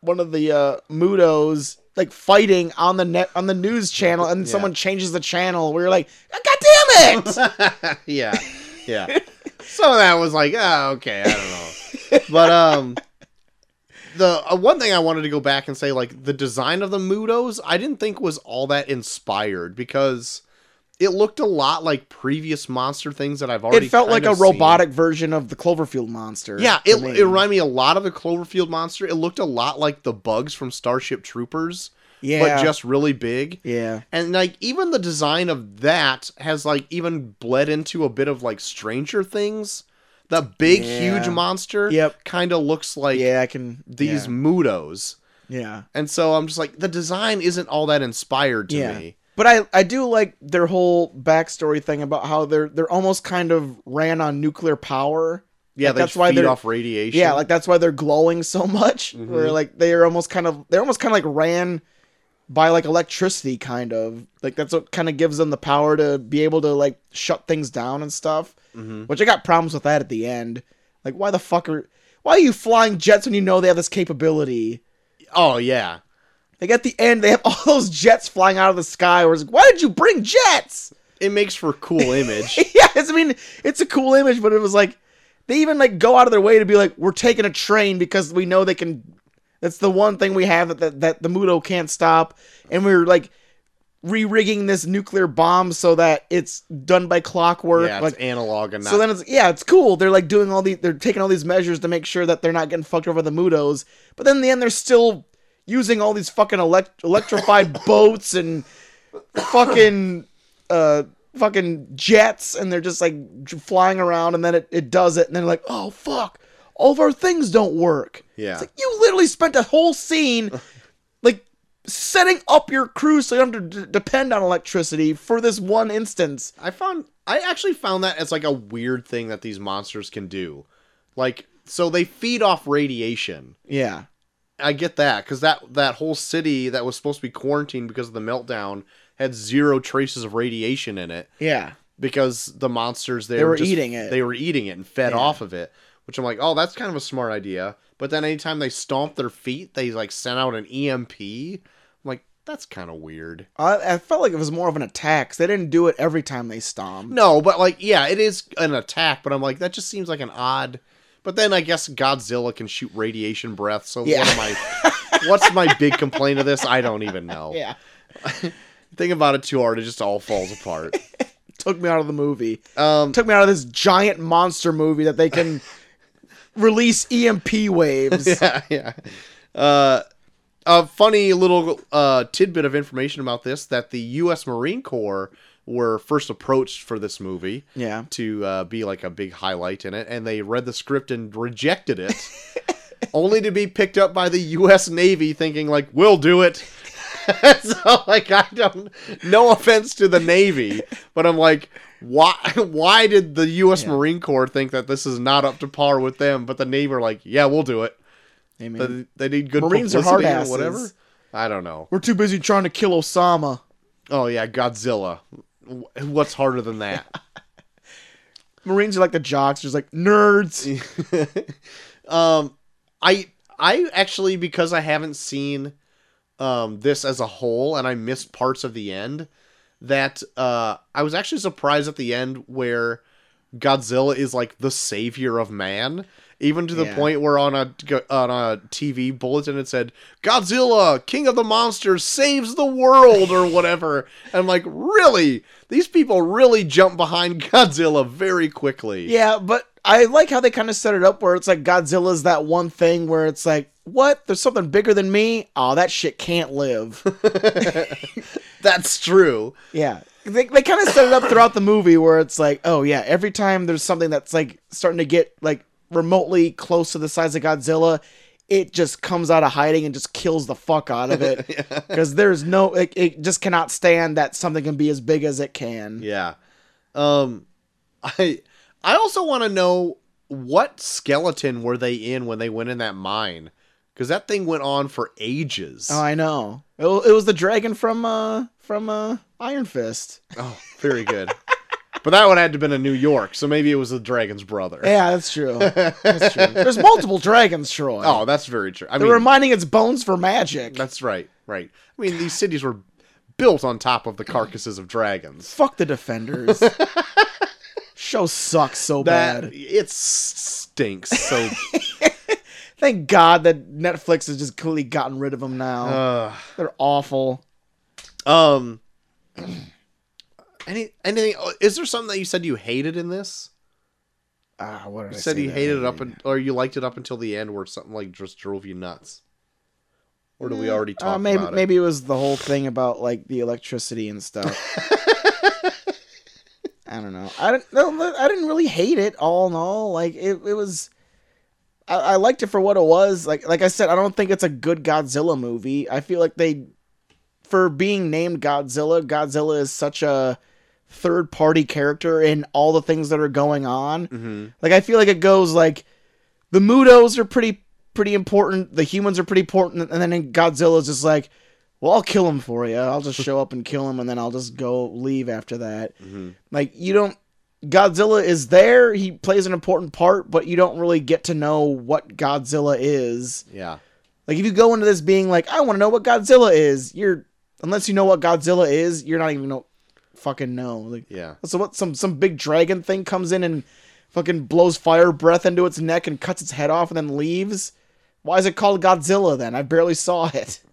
one of the uh Mudos like fighting on the net on the news channel and someone changes the channel where you're like god damn it yeah, yeah. Some of that was like, ah, okay, I don't know. But um, the uh, one thing I wanted to go back and say, like the design of the Mudos, I didn't think was all that inspired because it looked a lot like previous monster things that I've already. it felt like kind a of seen. robotic version of the Cloverfield monster Yeah, to it, me. it reminded me a lot of the Cloverfield monster. It looked a lot like the bugs from Starship Troopers, yeah but just really big. yeah And like even the design of that has like even bled into a bit of like Stranger Things. The big Yeah. huge monster Yep. kind of looks like yeah I can these yeah, Mudos. yeah. And so I'm just like the design isn't all that inspired to Yeah. me. But I, I do like their whole backstory thing about how they're they're almost kind of ran on nuclear power. Yeah, Like, they that's why feed they're off radiation. yeah, like that's why they're glowing so much. Mhm. Where like they're almost kind of they're almost kind of like ran by like electricity, kind of like that's what kind of gives them the power to be able to like shut things down and stuff. Mhm. Which I got problems with that at the end. Like why the fuck are why are you flying jets when you know they have this capability? oh yeah. Like at the end, they have all those jets flying out of the sky. Where it's like, why did you bring jets? It makes for a cool image. yeah, it's, I mean, it's a cool image, but it was like they even like go out of their way to be like, we're taking a train because we know they can. That's the one thing we have that that, that the Muto can't stop, and we were like re-rigging this nuclear bomb so that it's done by clockwork. yeah, it's like analog and not. so then it's yeah, it's cool. They're like doing all these they're taking all these measures to make sure that they're not getting fucked over the Mudos. But then in the end they're still using all these fucking elect- electrified boats and fucking uh fucking jets and they're just like j- flying around and then it, it does it and they're like, "Oh fuck. All of our things don't work." yeah, It's like you literally spent a whole scene like setting up your crew so you don't have to d- depend on electricity for this one instance. I found I actually found that as like a weird thing that these monsters can do. Like so they feed off radiation. Yeah. I get that cuz that that whole city that was supposed to be quarantined because of the meltdown had zero traces of radiation in it Yeah. because the monsters there They were just- eating it. They were eating it and fed Yeah. off of it, which I'm like, "Oh, that's kind of a smart idea." But then anytime they stomped their feet, they like sent out an EMP. I'm like, "That's kind of weird." I, I felt like it was more of an attack. 'cause They didn't do it every time they stomped. No, but like, yeah, it is an attack, but I'm like, that just seems like an odd. But then I guess Godzilla can shoot radiation breath, so Yeah. what am I, what's my big complaint of this? I don't even know. Yeah, Think about it too hard, it just all falls apart. took me out of the movie. Um, Took me out of this giant monster movie that they can release EMP waves. yeah, yeah. Uh, a funny little uh, tidbit of information about this that the U.S. Marine Corps were first approached for this movie. Yeah. to uh, be like a big highlight in it, and they read the script and rejected it, only to be picked up by the U.S. Navy, thinking like, "We'll do it." so like, I don't. No offense to the Navy, but I'm like, why? Why did the U.S. Marine Corps think that this is not up to par with them? But the Navy are like, "Yeah, we'll do it." I mean, They, they need good Marines are publicity hard or whatever. asses. I don't know. we're too busy trying to kill Osama. Oh yeah, Godzilla. Wh- What's harder than that? Marines are like the jocks, just like nerds. um i i actually because i haven't seen um this as a whole and i missed parts of the end that uh i was actually surprised at the end where godzilla is like the savior of man even to the Yeah. point where on a on a tv bulletin it said godzilla king of the monsters saves the world or whatever i'm like really these people really jump behind godzilla very quickly Yeah, but I like how they kind of set it up where it's like Godzilla's that one thing where it's like, what? There's something bigger than me. Oh, that shit can't live. that's true Yeah. They, they kind of set it up throughout the movie where it's like, oh, yeah, every time there's something that's like starting to get like remotely close to the size of Godzilla, it just comes out of hiding and just kills the fuck out of it. Because there's no, it, it just cannot stand that something can be as big as it can. Yeah. Um I I also want to know what skeleton were they in when they went in that mine? Cuz that thing went on for ages. Oh, I know. It, wa- it was the dragon from, uh, from, uh, Iron Fist. oh, very good. but that one had to have been in New York, so maybe it was the dragon's brother. Yeah, that's true. That's true. There's multiple dragons, Troy. Oh, that's very true. I They're mean, mining its bones for magic. that's right. Right. I mean, these cities were built on top of the carcasses of dragons. Fuck the defenders. Show sucks so That bad. it stinks. So Thank God that Netflix has just clearly gotten rid of them now. uh, They're awful. um any anything oh, is there something that you said you hated in this? Ah, what did I You said say you there? hated it up and, or you liked it up until the end, where something like just drove you nuts. Or do we already talk Uh, maybe about it? maybe it was the whole thing about like the electricity and stuff. I don't know. I didn't. no, no, I didn't really hate it all in all. Like it, it was. I, I liked it for what it was. Like like I said, I don't think it's a good Godzilla movie. I feel like they, for being named Godzilla, Godzilla is such a third party character in all the things that are going on. Mhm. Like I feel like it goes like the Mudos are pretty pretty important, the humans are pretty important, and then Godzilla's just like, well, I'll kill him for you. I'll just show up and kill him, and then I'll just go leave after that. Like you don't. Godzilla is there. He plays an important part, but you don't really get to know what Godzilla is. Yeah, Like if you go into this being like, I want to know what Godzilla is, you're unless you know what Godzilla is, you're not even know fucking know. Like Yeah. so what some some big dragon thing comes in and fucking blows fire breath into its neck and cuts its head off and then leaves? Why is it called Godzilla then? I barely saw it.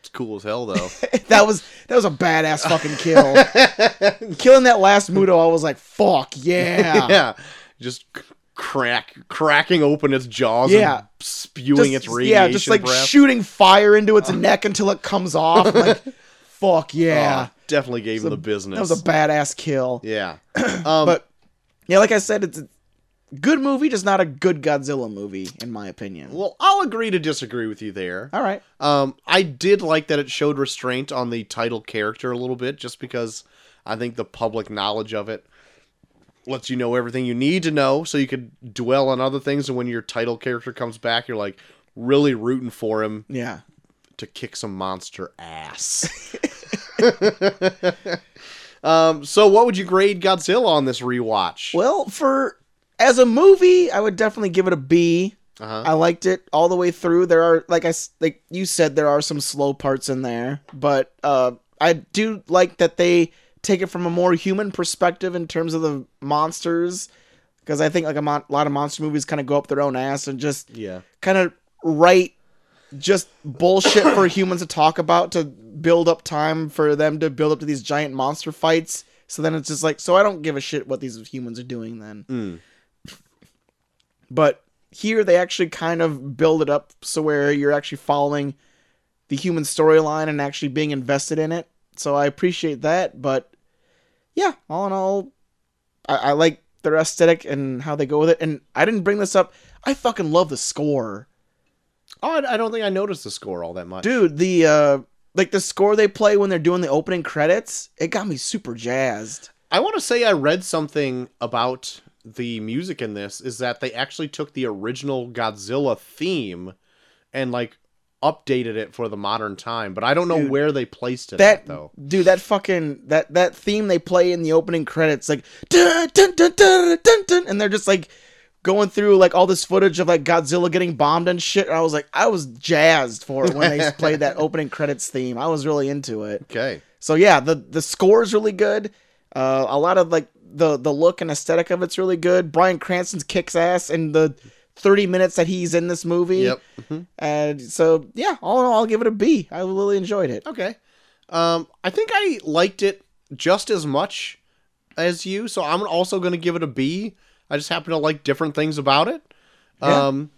It's cool as hell though. that was that was a badass fucking kill. Killing that last Muto, I was like, fuck yeah. yeah. Just c- crack cracking open its jaws Yeah. and spewing Just- its radiation yeah, just like breath. shooting fire into its neck until it comes off. I'm Like, fuck yeah. Oh, definitely gave him the business. That was a badass kill. yeah. Um, But- Yeah, like I said, it's a good movie, just not a good Godzilla movie, in my opinion. well, I'll agree to disagree with you there. All right. Um, I did like that it showed restraint on the title character a little bit, just because I think the public knowledge of it lets you know everything you need to know, so you could dwell on other things. And when your title character comes back, you're like really rooting for him Yeah. to kick some monster ass. um, so, what would you grade Godzilla on this rewatch? Well, for as a movie, I would definitely give it a B. Uh-huh. I liked it all the way through. There are like I s- like you said there are some slow parts in there, but uh I do like that they take it from a more human perspective in terms of the monsters because I think like a mon- lot of monster movies kind of go up their own ass and just Yeah. kind of write just bullshit for humans to talk about to build up time for them to build up to these giant monster fights. So then it's just like, so I don't give a shit what these humans are doing then. Mm. But here they actually kind of build it up so where you're actually following the human storyline and actually being invested in it. So I appreciate that. But yeah, all in all, I, I like their aesthetic and how they go with it. And I didn't bring this up. I fucking love the score Oh, I I don't think I noticed the score all that much. dude the uh like the score they play when they're doing the opening credits it got me super jazzed I want to say I read something about the music in this is that they actually took the original Godzilla theme and like updated it for the modern time, but I don't know Dude, where they placed it that at, though. dude that fucking that that theme they play in the opening credits like dun, dun, dun, dun, dun, dun, and they're just like going through like all this footage of like godzilla getting bombed and shit and i was like i was jazzed for it when they played that opening credits theme i was really into it Okay. So yeah, the the score is really good. Uh, a lot of like the the look and aesthetic of it's really good. Brian Cranston's kicks ass in the thirty minutes that he's in this movie. Yep. Mhm. And so yeah, all in all, I'll give it a B. I really enjoyed it. Okay. Um, I think I liked it just as much as you, so I'm also going to give it a B. I just happen to like different things about it. Yeah. Um,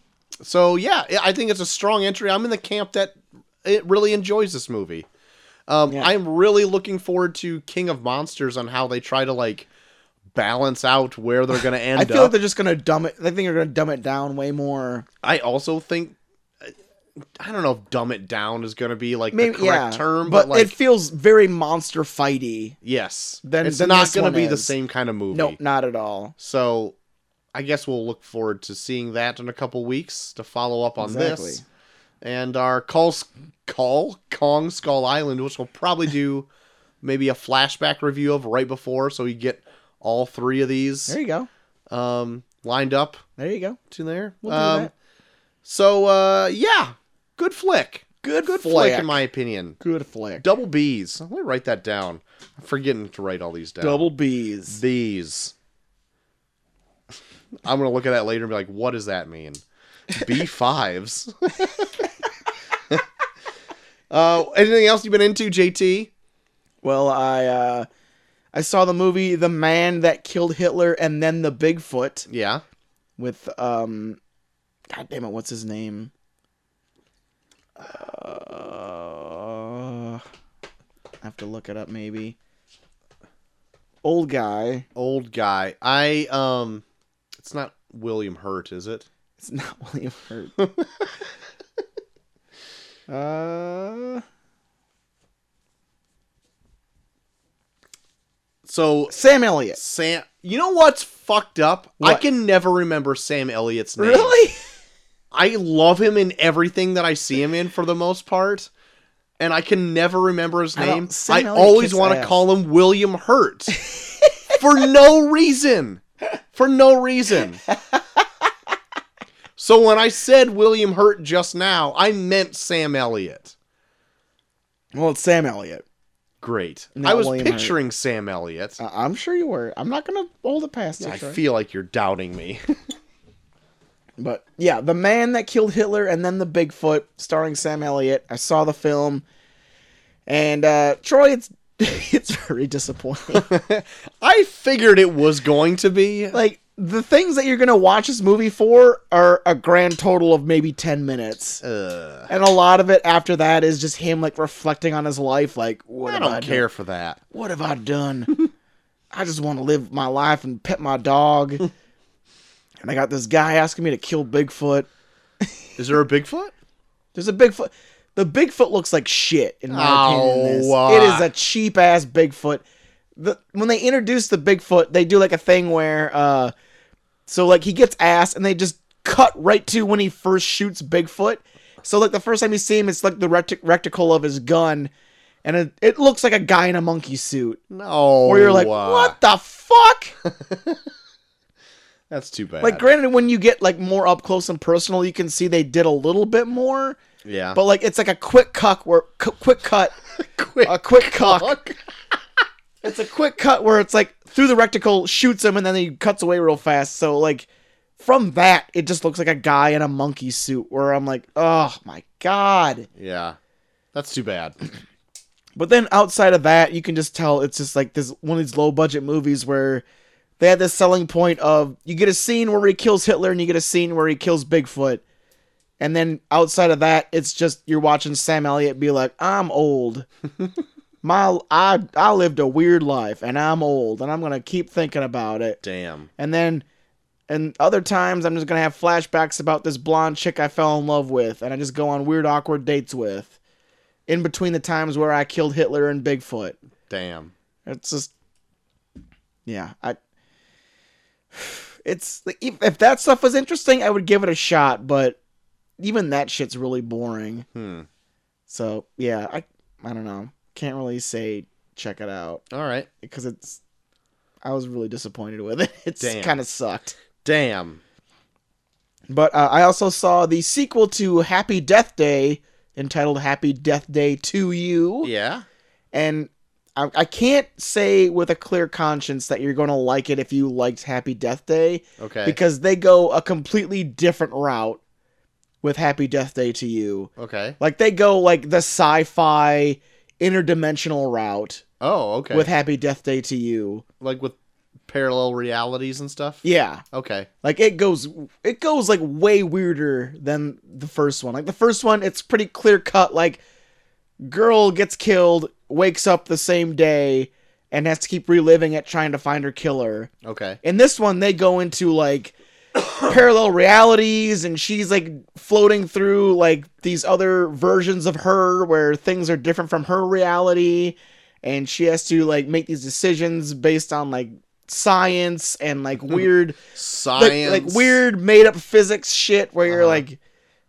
so yeah, I- I think it's a strong entry. I'm in the camp that it really enjoys this movie. Um, Yeah. I'm really looking forward to King of Monsters on how they try to like balance out where they're going to end I feel up. like they're just gonna dumb it. I think they're gonna dumb it down way more. I also think I don't know if dumb it down is going to be like Maybe the correct yeah, term, but, but, like it feels very monster fighty. Yes. Then- it's then not this going one to be the is. same kind of movie. Nope, not at all. So I guess we'll look forward to seeing that in a couple weeks to follow up on this. Exactly. And our call call Kong Skull Island, which we'll probably do maybe a flashback review of right before, so we get all three of these There you go. um, lined up There you go. to there. We'll do um, that. So uh, yeah, good flick, Good, good flick in my opinion. good flick. Double B's. Let me write that down. I'm forgetting to write all these down. Double B's. these. I'm gonna look at that later and be like, what does that mean? B fives. uh, anything else you've been into, JT? Well, I uh, I saw the movie The Man That Killed Hitler and then the Bigfoot Yeah. with um, God damn it, what's his name? Uh, I have to look it up maybe. Old guy. Old guy. I um it's not William Hurt, is it? It's not William Hurt. uh, So Sam Elliott. Sam you know what's fucked up? I What? can never remember Sam Elliott's name. Really? I love him in everything that I see him in for the most part, and I can never remember his I don't- name. Sam I Elliott always kicks want to ass. call him William Hurt for no reason. For no reason. So when I said William Hurt just now, I meant Sam Elliott. Well, it's Sam Elliott. Great. Not I was William Hurt. Uh, picturing Sam Elliott. I- I'm sure you were. I'm not gonna hold it past you. I Troy. feel like you're doubting me. But yeah, The Man That Killed Hitler and then The Bigfoot, starring Sam Elliott. I saw the film. And uh Troy, it's it's very disappointing. I figured it was going to be. like the things that you're gonna watch this movie for are a grand total of maybe ten minutes. Uh, And a lot of it after that is just him like reflecting on his life, like what I have don't done? care for that. What have I done? I just want to live my life and pet my dog. and I got this guy asking me to kill Bigfoot. Is there a Bigfoot? There's a Bigfoot. The Bigfoot looks like shit in my opinion. in this. Oh, uh. It is a cheap ass Bigfoot. The, when they introduce the Bigfoot, they do like a thing where, uh, so like he gets ass and they just cut right to when he first shoots Bigfoot. So like the first time you see him, it's like the recti- reticle of his gun, and it, it looks like a guy in a monkey suit. No. Where you're like, uh, what the fuck? That's too bad. like, granted, when you get like more up close and personal, you can see they did a little bit more, yeah. but like it's like a quick cuck where cu- quick cut quick. a quick cock. fuck. It's a quick cut where it's like through the reticle, shoots him, and then he cuts away real fast. So like from that, it just looks like a guy in a monkey suit. Where I'm like, oh my god. Yeah. That's too bad. But then outside of that, you can just tell it's just like this one of these low budget movies where they had this selling point of you get a scene where he kills Hitler and you get a scene where he kills Bigfoot. And then outside of that, it's just you're watching Sam Elliott be like, "I'm old. My I I lived a weird life and I'm old and I'm going to keep thinking about it." Damn. And then and other times I'm just going to have flashbacks about this blonde chick I fell in love with and I just go on weird awkward dates with in between the times where I killed Hitler and Bigfoot. Damn. It's just yeah, I it's like, if, if that stuff was interesting, I would give it a shot, but even that shit's really boring. Hmm. So, yeah, I I don't know. Can't really say check it out All right. because it's I was really disappointed with it. It's Damn. kind of sucked. Damn. But uh, I also saw the sequel to Happy Death Day, entitled Happy Death Day to You, Yeah. and I, I can't say with a clear conscience that you're going to like it if you liked Happy Death Day Okay. because they go a completely different route with Happy Death Day to You. okay. Like they go like the sci-fi interdimensional route Oh, okay. with Happy Death Day to You. like with parallel realities and stuff. Yeah. Okay. Like it goes it goes like way weirder than the first one. Like the first one it's pretty clear cut like girl gets killed, wakes up the same day and has to keep reliving it trying to find her killer. Okay. In this one they go into like parallel realities and she's like floating through like these other versions of her where things are different from her reality and she has to like make these decisions based on like science and like weird like, Science. like weird made up physics shit where you're Uh-huh. like,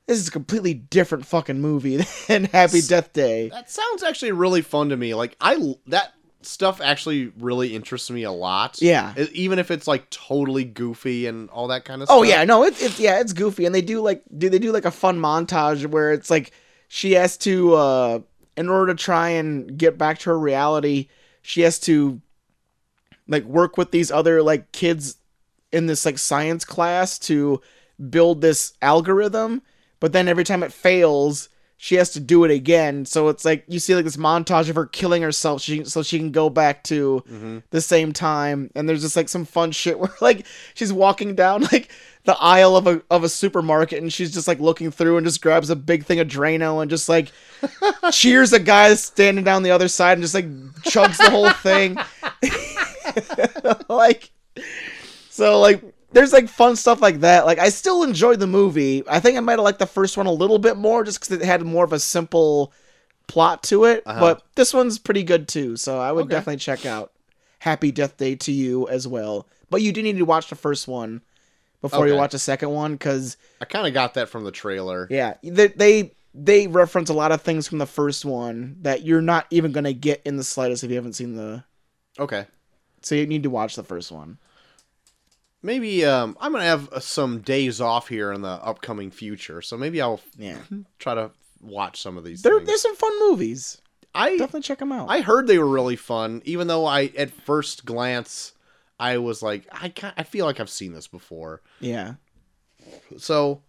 this is a completely different fucking movie than Happy Death Day. That sounds actually really fun to me. Like I l- that stuff actually really interests me a lot. Yeah. E- Even if it's like totally goofy and all that kind of stuff. Oh yeah, no, it's it's yeah, it's goofy, and they do like do they do like a fun montage where it's like she has to uh in order to try and get back to her reality, she has to like work with these other like kids in this like science class to build this algorithm, but then every time it fails, she has to do it again. So it's like you see like this montage of her killing herself she, so she can go back to the same time and there's just like some fun shit where like she's walking down like the aisle of a of a supermarket and she's just like looking through and just grabs a big thing of Drano and just like cheers a guy standing down the other side and just like chugs the whole thing. like so like there's like fun stuff like that. Like I still enjoyed the movie. I think I might have liked the first one a little bit more just cuz it had more of a simple plot to it, Uh-huh. but this one's pretty good too. So I would Okay. definitely check out Happy Death Day to you as well. But you do need to watch the first one before you Okay. watch the second one cuz I kind of got that from the trailer. yeah, they, they they reference a lot of things from the first one that you're not even going to get in the slightest if you haven't seen the Okay. so you need to watch the first one. Maybe um, I'm gonna have uh, some days off here in the upcoming future, so maybe I'll Yeah. try to watch some of these. There, things. there's some fun movies. I Definitely check them out. I heard they were really fun, even though I at first glance I was like, I ca I feel like I've seen this before, yeah. so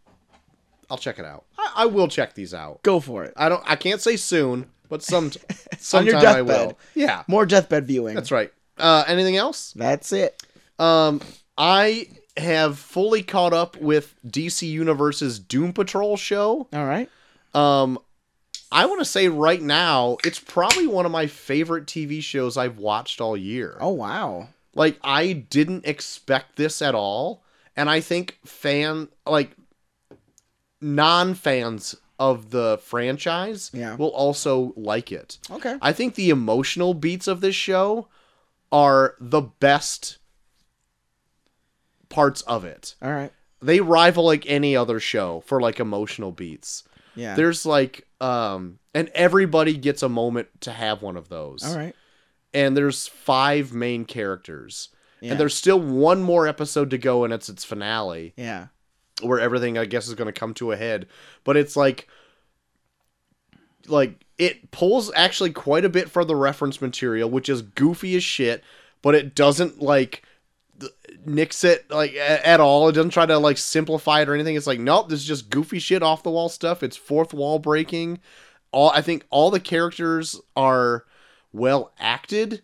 I'll check it out. I, I will check these out. Go for it. I don't. I can't say soon, but some On your sometime I deathbed. will. Yeah, More deathbed viewing. that's right. Uh, anything else? That's it. Um, I have fully caught up with DC Universe's Doom Patrol show. All right. Um, I want to say right now, it's probably one of my favorite TV shows I've watched all year. Oh wow. Like, I didn't expect this at all. And I think fan, like, non fans of the franchise Yeah. will also like it. Okay. I think the emotional beats of this show are the best parts of it. All right. They rival like any other show for like emotional beats. Yeah. There's like um and everybody gets a moment to have one of those. All right. And there's five main characters. Yeah. And there's still one more episode to go and it's its finale Yeah. where everything I guess is going to come to a head, but it's like like it pulls actually quite a bit from the reference material, which is goofy as shit, but it doesn't like th- nix it like a- at all. It doesn't try to like simplify it or anything. It's like nope, this is just goofy shit off the wall stuff. It's fourth wall breaking. All I think all the characters are well acted.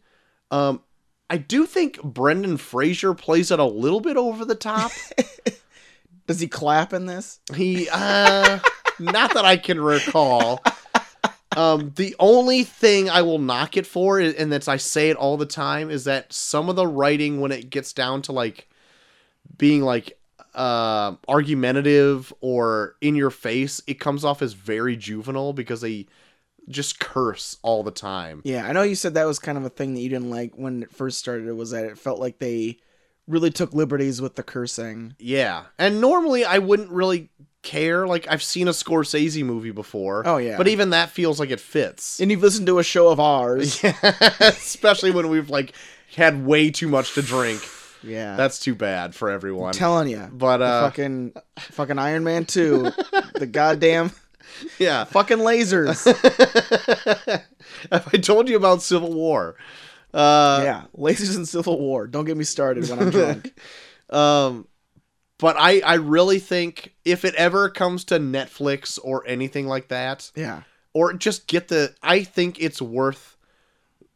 Um I do think Brendan Fraser plays it a little bit over the top. Does he clap in this? He, uh, not that I can recall. Um, the only thing I will knock it for, is, and that's I say it all the time, is that some of the writing, when it gets down to like being like uh, argumentative or in your face, it comes off as very juvenile because they just curse all the time. Yeah, I know you said that was kind of a thing that you didn't like when it first started. Was that it felt like they really took liberties with the cursing? Yeah, and normally I wouldn't really care. Like I've seen a Scorsese movie before. Oh, yeah. but even that feels like it fits. And you've listened to a show of ours. especially when we've like had way too much to drink. Yeah, That's too bad for everyone. I'm telling you. but uh, fucking, fucking Iron Man two, the goddamn yeah. fucking lasers. Have I told you about Civil War? Uh, yeah, lasers and Civil War. Don't get me started when I'm drunk. Um, but I I really think if it ever comes to Netflix or anything like that, yeah, or just get the, I think it's worth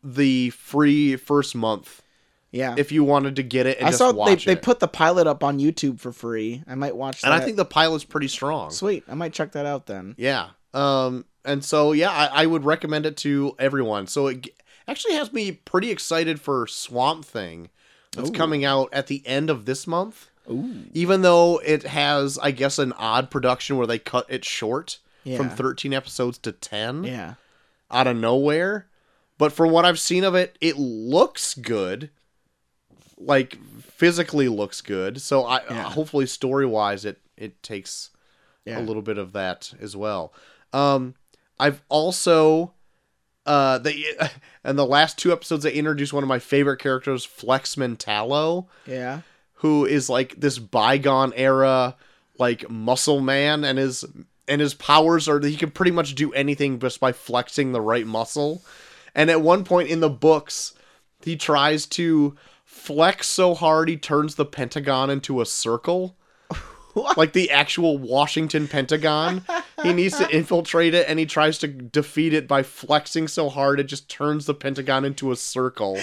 the free first month yeah. if you wanted to get it and I just saw they, watch they it. put the pilot up on YouTube for free. I might watch that. and I think the pilot's pretty strong. sweet. I might check that out then. Yeah. Um, and so yeah, I, I would recommend it to everyone. So it g- actually has me pretty excited for Swamp Thing that's Ooh. coming out at the end of this month. Ooh, Even though it has, I guess, an odd production where they cut it short yeah, from 13 episodes to 10 yeah, out of nowhere. But from what I've seen of it, it looks good. Like physically looks good. So I Yeah. hopefully story wise it it takes yeah. a little bit of that as well. Um, I've also uh they and the last two episodes they introduced one of my favorite characters, Flexman Tallow, yeah. who is like this bygone era like muscle man and his and his powers are that he can pretty much do anything just by flexing the right muscle. And at one point in the books, he tries to flex so hard he turns the Pentagon into a circle like the actual Washington Pentagon. he needs to infiltrate it and he tries to defeat it by flexing so hard it just turns the Pentagon into a circle.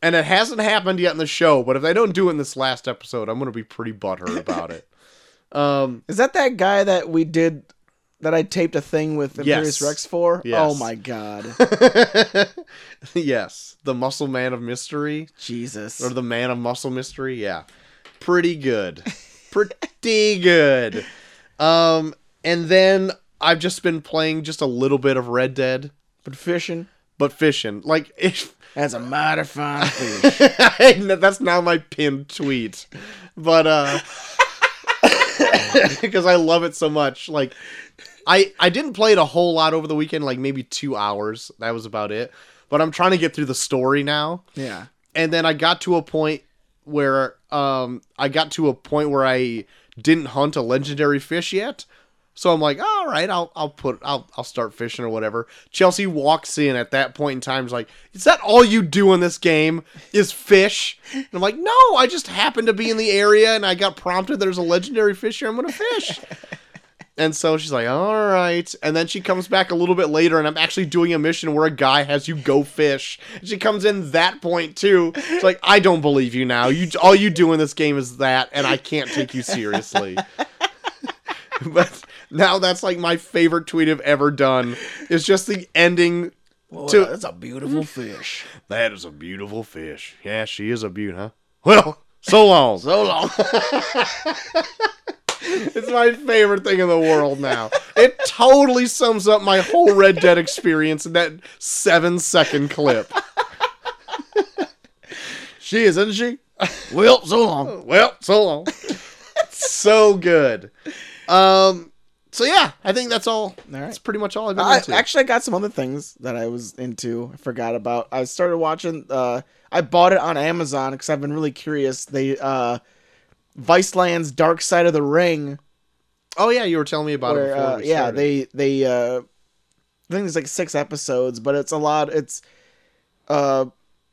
And it hasn't happened yet in the show, but if they don't do it in this last episode, I'm going to be pretty butthurt about it. Um, Is that that guy that we did that I taped a thing with Imperious Yes. Rex for? Yes. Oh my god. yes, the Muscle Man of Mystery Jesus. or the Man of Muscle Mystery, yeah. Pretty good. Pretty good. Um and then I've just been playing just a little bit of Red Dead. But fishing. but fishing. Like if That's a mighty fine fish. that's now my pinned tweet, but uh, because I love it so much. Like I I didn't play it a whole lot over the weekend, like maybe two hours. That was about it. But I'm trying to get through the story now, yeah. and then I got to a point where um I got to a point where I didn't hunt a legendary fish yet. So I'm like, all right, I'll I'll put I'll I'll start fishing or whatever. Chelsea walks in at that point in time, is like, is that all you do in this game is fish? And I'm like, no, I just happened to be in the area and I got prompted there's a legendary fish here, I'm gonna fish. And so she's like, all right. And then she comes back a little bit later, and I'm actually doing a mission where a guy has you go fish. And she comes in that point too. It's like, I don't believe you now. You all you do in this game is that, and I can't take you seriously. but now that's like my favorite tweet I've ever done. It's just the ending. Well, to- that's a beautiful fish. That is a beautiful fish. Yeah, she is a beaut, huh? Well, so long. So long. It's my favorite thing in the world now. It totally sums up my whole Red Dead experience in that seven second clip. she is, isn't she? Well, so long. Well, so long. so good. Um, so yeah, I think that's all. All right. That's pretty much all I've been I, into. actually, I got some other things that I was into. I forgot about. I started watching. Uh, I bought it on Amazon because I've been really curious. They uh, Viceland's Dark Side of the Ring. oh yeah, you were telling me about it Where, before. uh, we yeah, started. they they. Uh, I think there's like six episodes, but it's a lot. It's uh,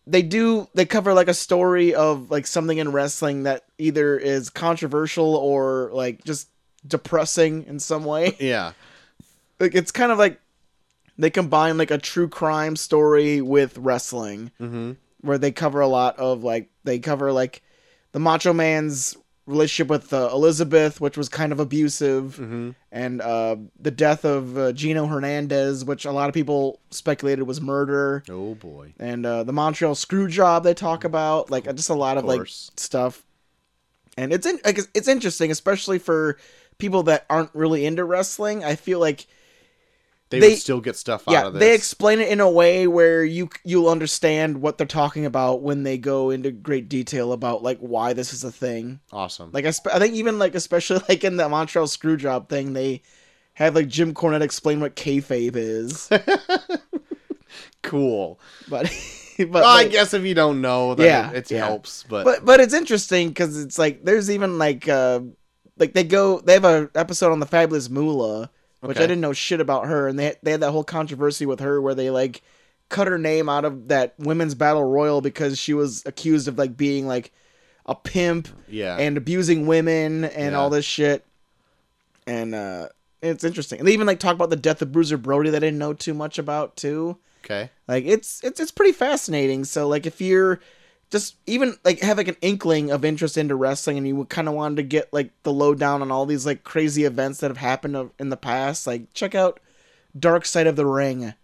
they do they cover like a story of like something in wrestling that either is controversial or like just depressing in some way. Yeah, like it's kind of like they combine like a true crime story with wrestling hmm where they cover a lot of like they cover like the macho man's relationship with uh, elizabeth which was kind of abusive hmm and uh, the death of uh, gino hernandez which a lot of people speculated was murder Oh boy. and uh, the montreal screw job they talk about like uh, just a lot of, Of like course. stuff and it's in, like it's- it's interesting especially for people that aren't really into wrestling i feel like They, They- would still get stuff out yeah, of this. they explain it in a way where you you'll understand what they're talking about when they go into great detail about like why this is a thing. awesome. Like I, spe- I think even like especially like in the Montreal Screwjob thing, they have like Jim Cornette explain what kayfabe is. cool. but but Well, Oh, I like- guess if you don't know, then Yeah, it, it yeah. helps. But, but but it's interesting because it's like there's even like uh like they go they have a episode on the fabulous Moolah, which I Okay. didn't know shit about her, and they they had that whole controversy with her where they like cut her name out of that women's battle royal because she was accused of like being like a pimp yeah, and abusing women and Yeah. all this shit, and uh it's interesting. And they even like talk about the death of Bruiser Brody that I didn't know too much about too okay, like it's it's it's pretty fascinating so like if you're just even like have like an inkling of interest into wrestling and you kind of wanted to get like the lowdown on all these like crazy events that have happened of- in the past like check out dark side of the ring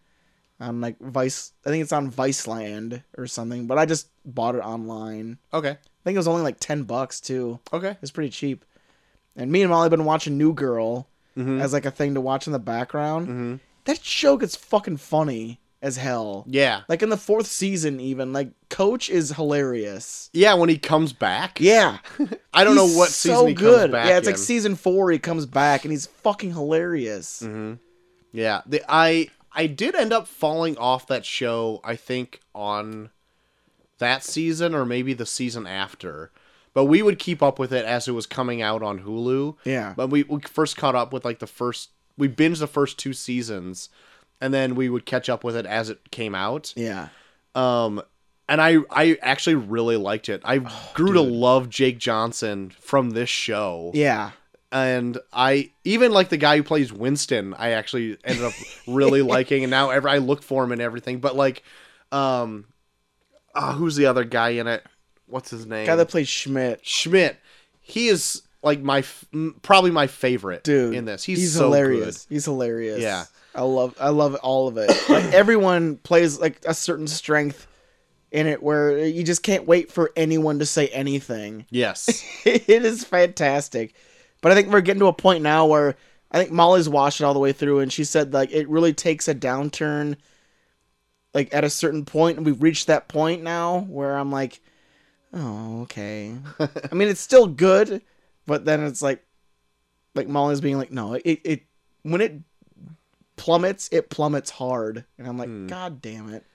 on like vice i think it's on viceland or something but i just bought it online okay, i think it was only like 10 bucks too okay. it's pretty cheap and me and molly have been watching new girl Mhm. as like a thing to watch in the background Mhm. that show gets fucking funny as hell Yeah, like in the fourth season, even like Coach is hilarious. yeah. When he comes back, Yeah, I don't know what season he comes back. yeah, it's like in. season four. He comes back and he's fucking hilarious. hmm Yeah, the, I I did end up falling off that show. I think on that season or maybe the season after, but we would keep up with it as it was coming out on Hulu. Yeah, But we, we first caught up with like the first we binged the first two seasons, and then we would catch up with it as it came out. yeah, Um, and I I actually really liked it. I Oh, grew to love Jake Johnson from this show yeah. and I even like the guy who plays Winston. I actually ended up really liking, and now ever I look for him and everything. But like, um, ah, who's the other guy in it? What's his name? Guy that plays Schmidt, Schmidt. He is like my f- m- probably my favorite dude. in this. He's, so hilarious. He's hilarious. Yeah. I love I love all of it. Like everyone plays like a certain strength in it where you just can't wait for anyone to say anything. good. Yes. it is fantastic. But I think we're getting to a point now where I think Molly's watched it all the way through, and she said like it really takes a downturn, like at a certain point, and we've reached that point now where I'm like, oh okay. I mean, it's still good, but then it's like, like Molly's being like, no, it it when it plummets, it plummets hard, and I'm like, god damn it.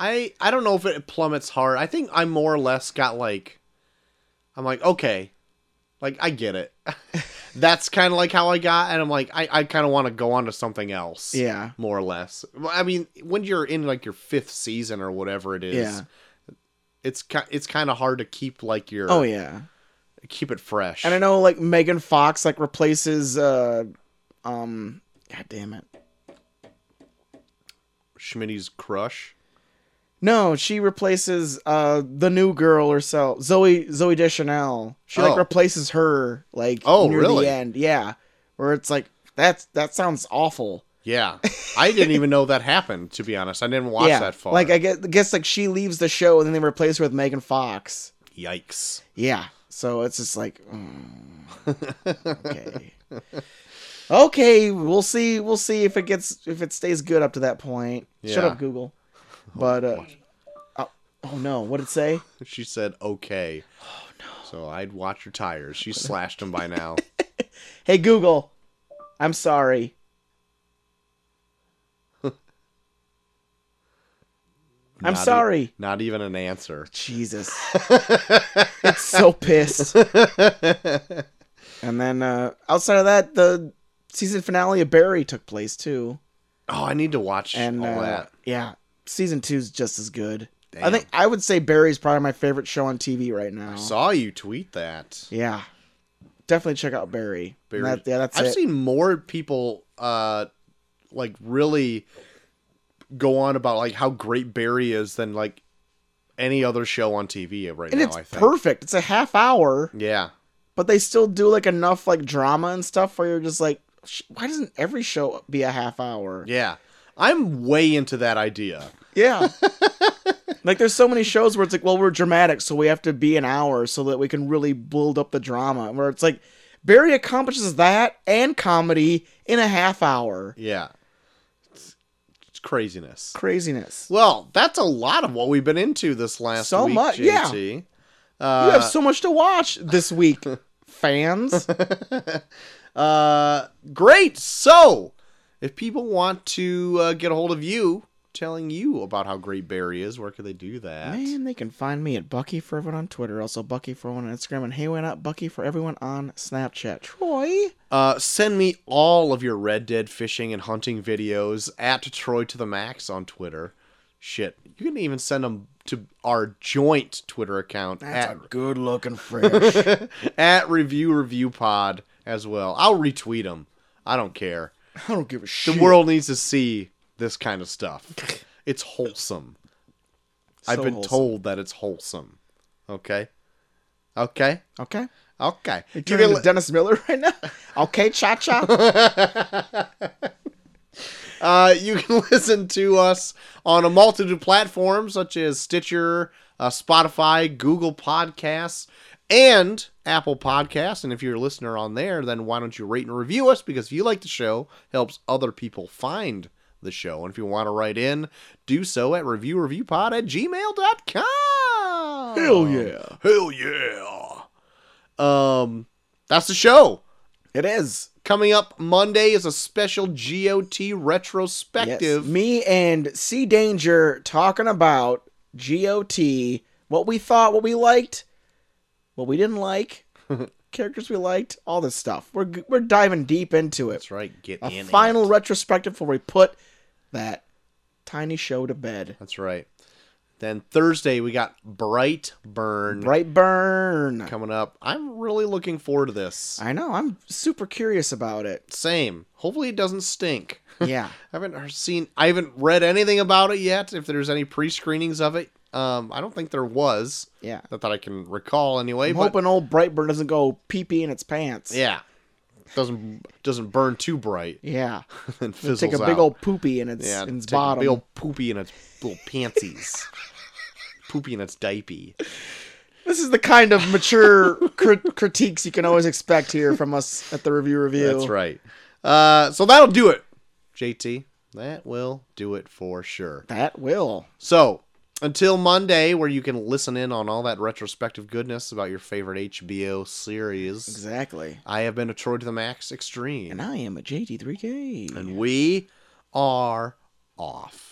I I don't know if it plummets hard. I think I more or less got like I'm like, okay, like I get it. That's kind of like how I got, and I'm like, I, I kind of want to go on to something else. Yeah. more or less. Well, I mean, when you're in like your fifth season or whatever it is, Yeah. it's ki- it's kind of hard to keep like your Oh yeah. keep it fresh. And I know like Megan Fox like replaces uh um god damn it. Schmitty's crush. No, she replaces uh the new girl herself, Zoe Zoe Deschanel. She Oh. like replaces her like Oh, near really? the end. Yeah. Where it's like that's that sounds awful. Yeah, I didn't even know that happened. To be honest, I didn't watch yeah. that far. Like I guess, guess like she leaves the show and then they replace her with Megan Fox. yikes. Yeah. So it's just like mm, okay. okay, we'll see we'll see if it gets if it stays good up to that point. Shut Yeah. up Google. But uh, oh, oh no, what did it say? She said okay. Oh no. So I'd watch her tires. She slashed them by now. Hey Google, I'm sorry. I'm Not e- sorry. not even an answer. Jesus. it's so pissed. and then uh, outside of that, the season finale of Barry took place too. Oh, I need to watch And all uh, that. yeah, season two's just as good. I Damn. think I would say Barry's probably my favorite show on TV right now. Saw you tweet that. yeah. Definitely check out Barry. And Barry- that- yeah, that's I've it. seen more people uh like really go on about like how great Barry is than like any other show on TV right and now, it's I think. perfect. It's a half hour, yeah. but they still do like enough like drama and stuff where you're just like, "Sh- why doesn't every show be a half hour? Yeah. I'm way into that idea. Yeah. like there's so many shows where it's like, well, we're dramatic, so we have to be an hour so that we can really build up the drama. Where it's like Barry accomplishes that and comedy in a half hour. Yeah. It's- it's craziness. Craziness. Well, that's a lot of what we've been into this last So week, Uh, much- yeah. JT. Yeah. you have so much to watch this week, fans. Uh, great. So, if people want to uh, get a hold of you, telling you about how great Barry is, where could they do that? Man, they can find me at Bucky for everyone on Twitter, also Bucky for everyone on Instagram, and Hey Why Not Bucky for everyone on Snapchat. Troy. Uh, send me all of your Red Dead fishing and hunting videos at Troy to the Max on Twitter. Shit, you can even send them to our joint Twitter account at good looking fresh. at Review Review Pod as well. I'll retweet them. I don't care. I don't give a The shit. world needs to see this kind of stuff. It's wholesome. I've So been wholesome. told that it's wholesome. Okay. Okay. Okay. Okay. You You're can- into Dennis Miller right now? Okay, cha cha. Uh, you can listen to us on a multitude of platforms such as Stitcher, uh, Spotify, Google Podcasts, and Apple Podcasts. And if you're a listener on there, then why don't you rate and review us? Because if you like the show, helps other people find the show. And if you want to write in, do so at reviewreviewpod at gmail.com. Hell yeah. Hell yeah. Um, that's the show. It is. Coming up Monday is a special GOT Yes. retrospective. Me and C Danger talking about GOT, what we thought, what we liked, what we didn't like, characters we liked, all this stuff. We're g- we're diving deep into it. That's right. Get A in it. final retrospective before we put that tiny show to bed. That's right. Then Thursday we got Bright Burn Bright burn. coming up. I'm really looking forward to this. I know. I'm super curious about it. Same. Hopefully it doesn't stink. Yeah. I haven't heard- seen. I haven't read anything about it yet. If there's any pre-screenings of it, um, I don't think there was. Yeah. Not that I can recall anyway. I'm but hoping old Brightburn doesn't go pee pee in its pants. yeah, doesn't doesn't burn too bright Yeah. and fizzles Take a out. big old poopy in its, yeah, in its take a bottom. big old poopy in its little pantsies, poopy in its diapy. This is the kind of mature crit- critiques you can always expect here from us at the review review. That's right. Uh, so that'll do it, JT. That will do it for sure. That will. So until Monday, where you can listen in on all that retrospective goodness about your favorite HBO series, Exactly. I have been a Troy to the Max Extreme, And I am a JD3K. and we are off.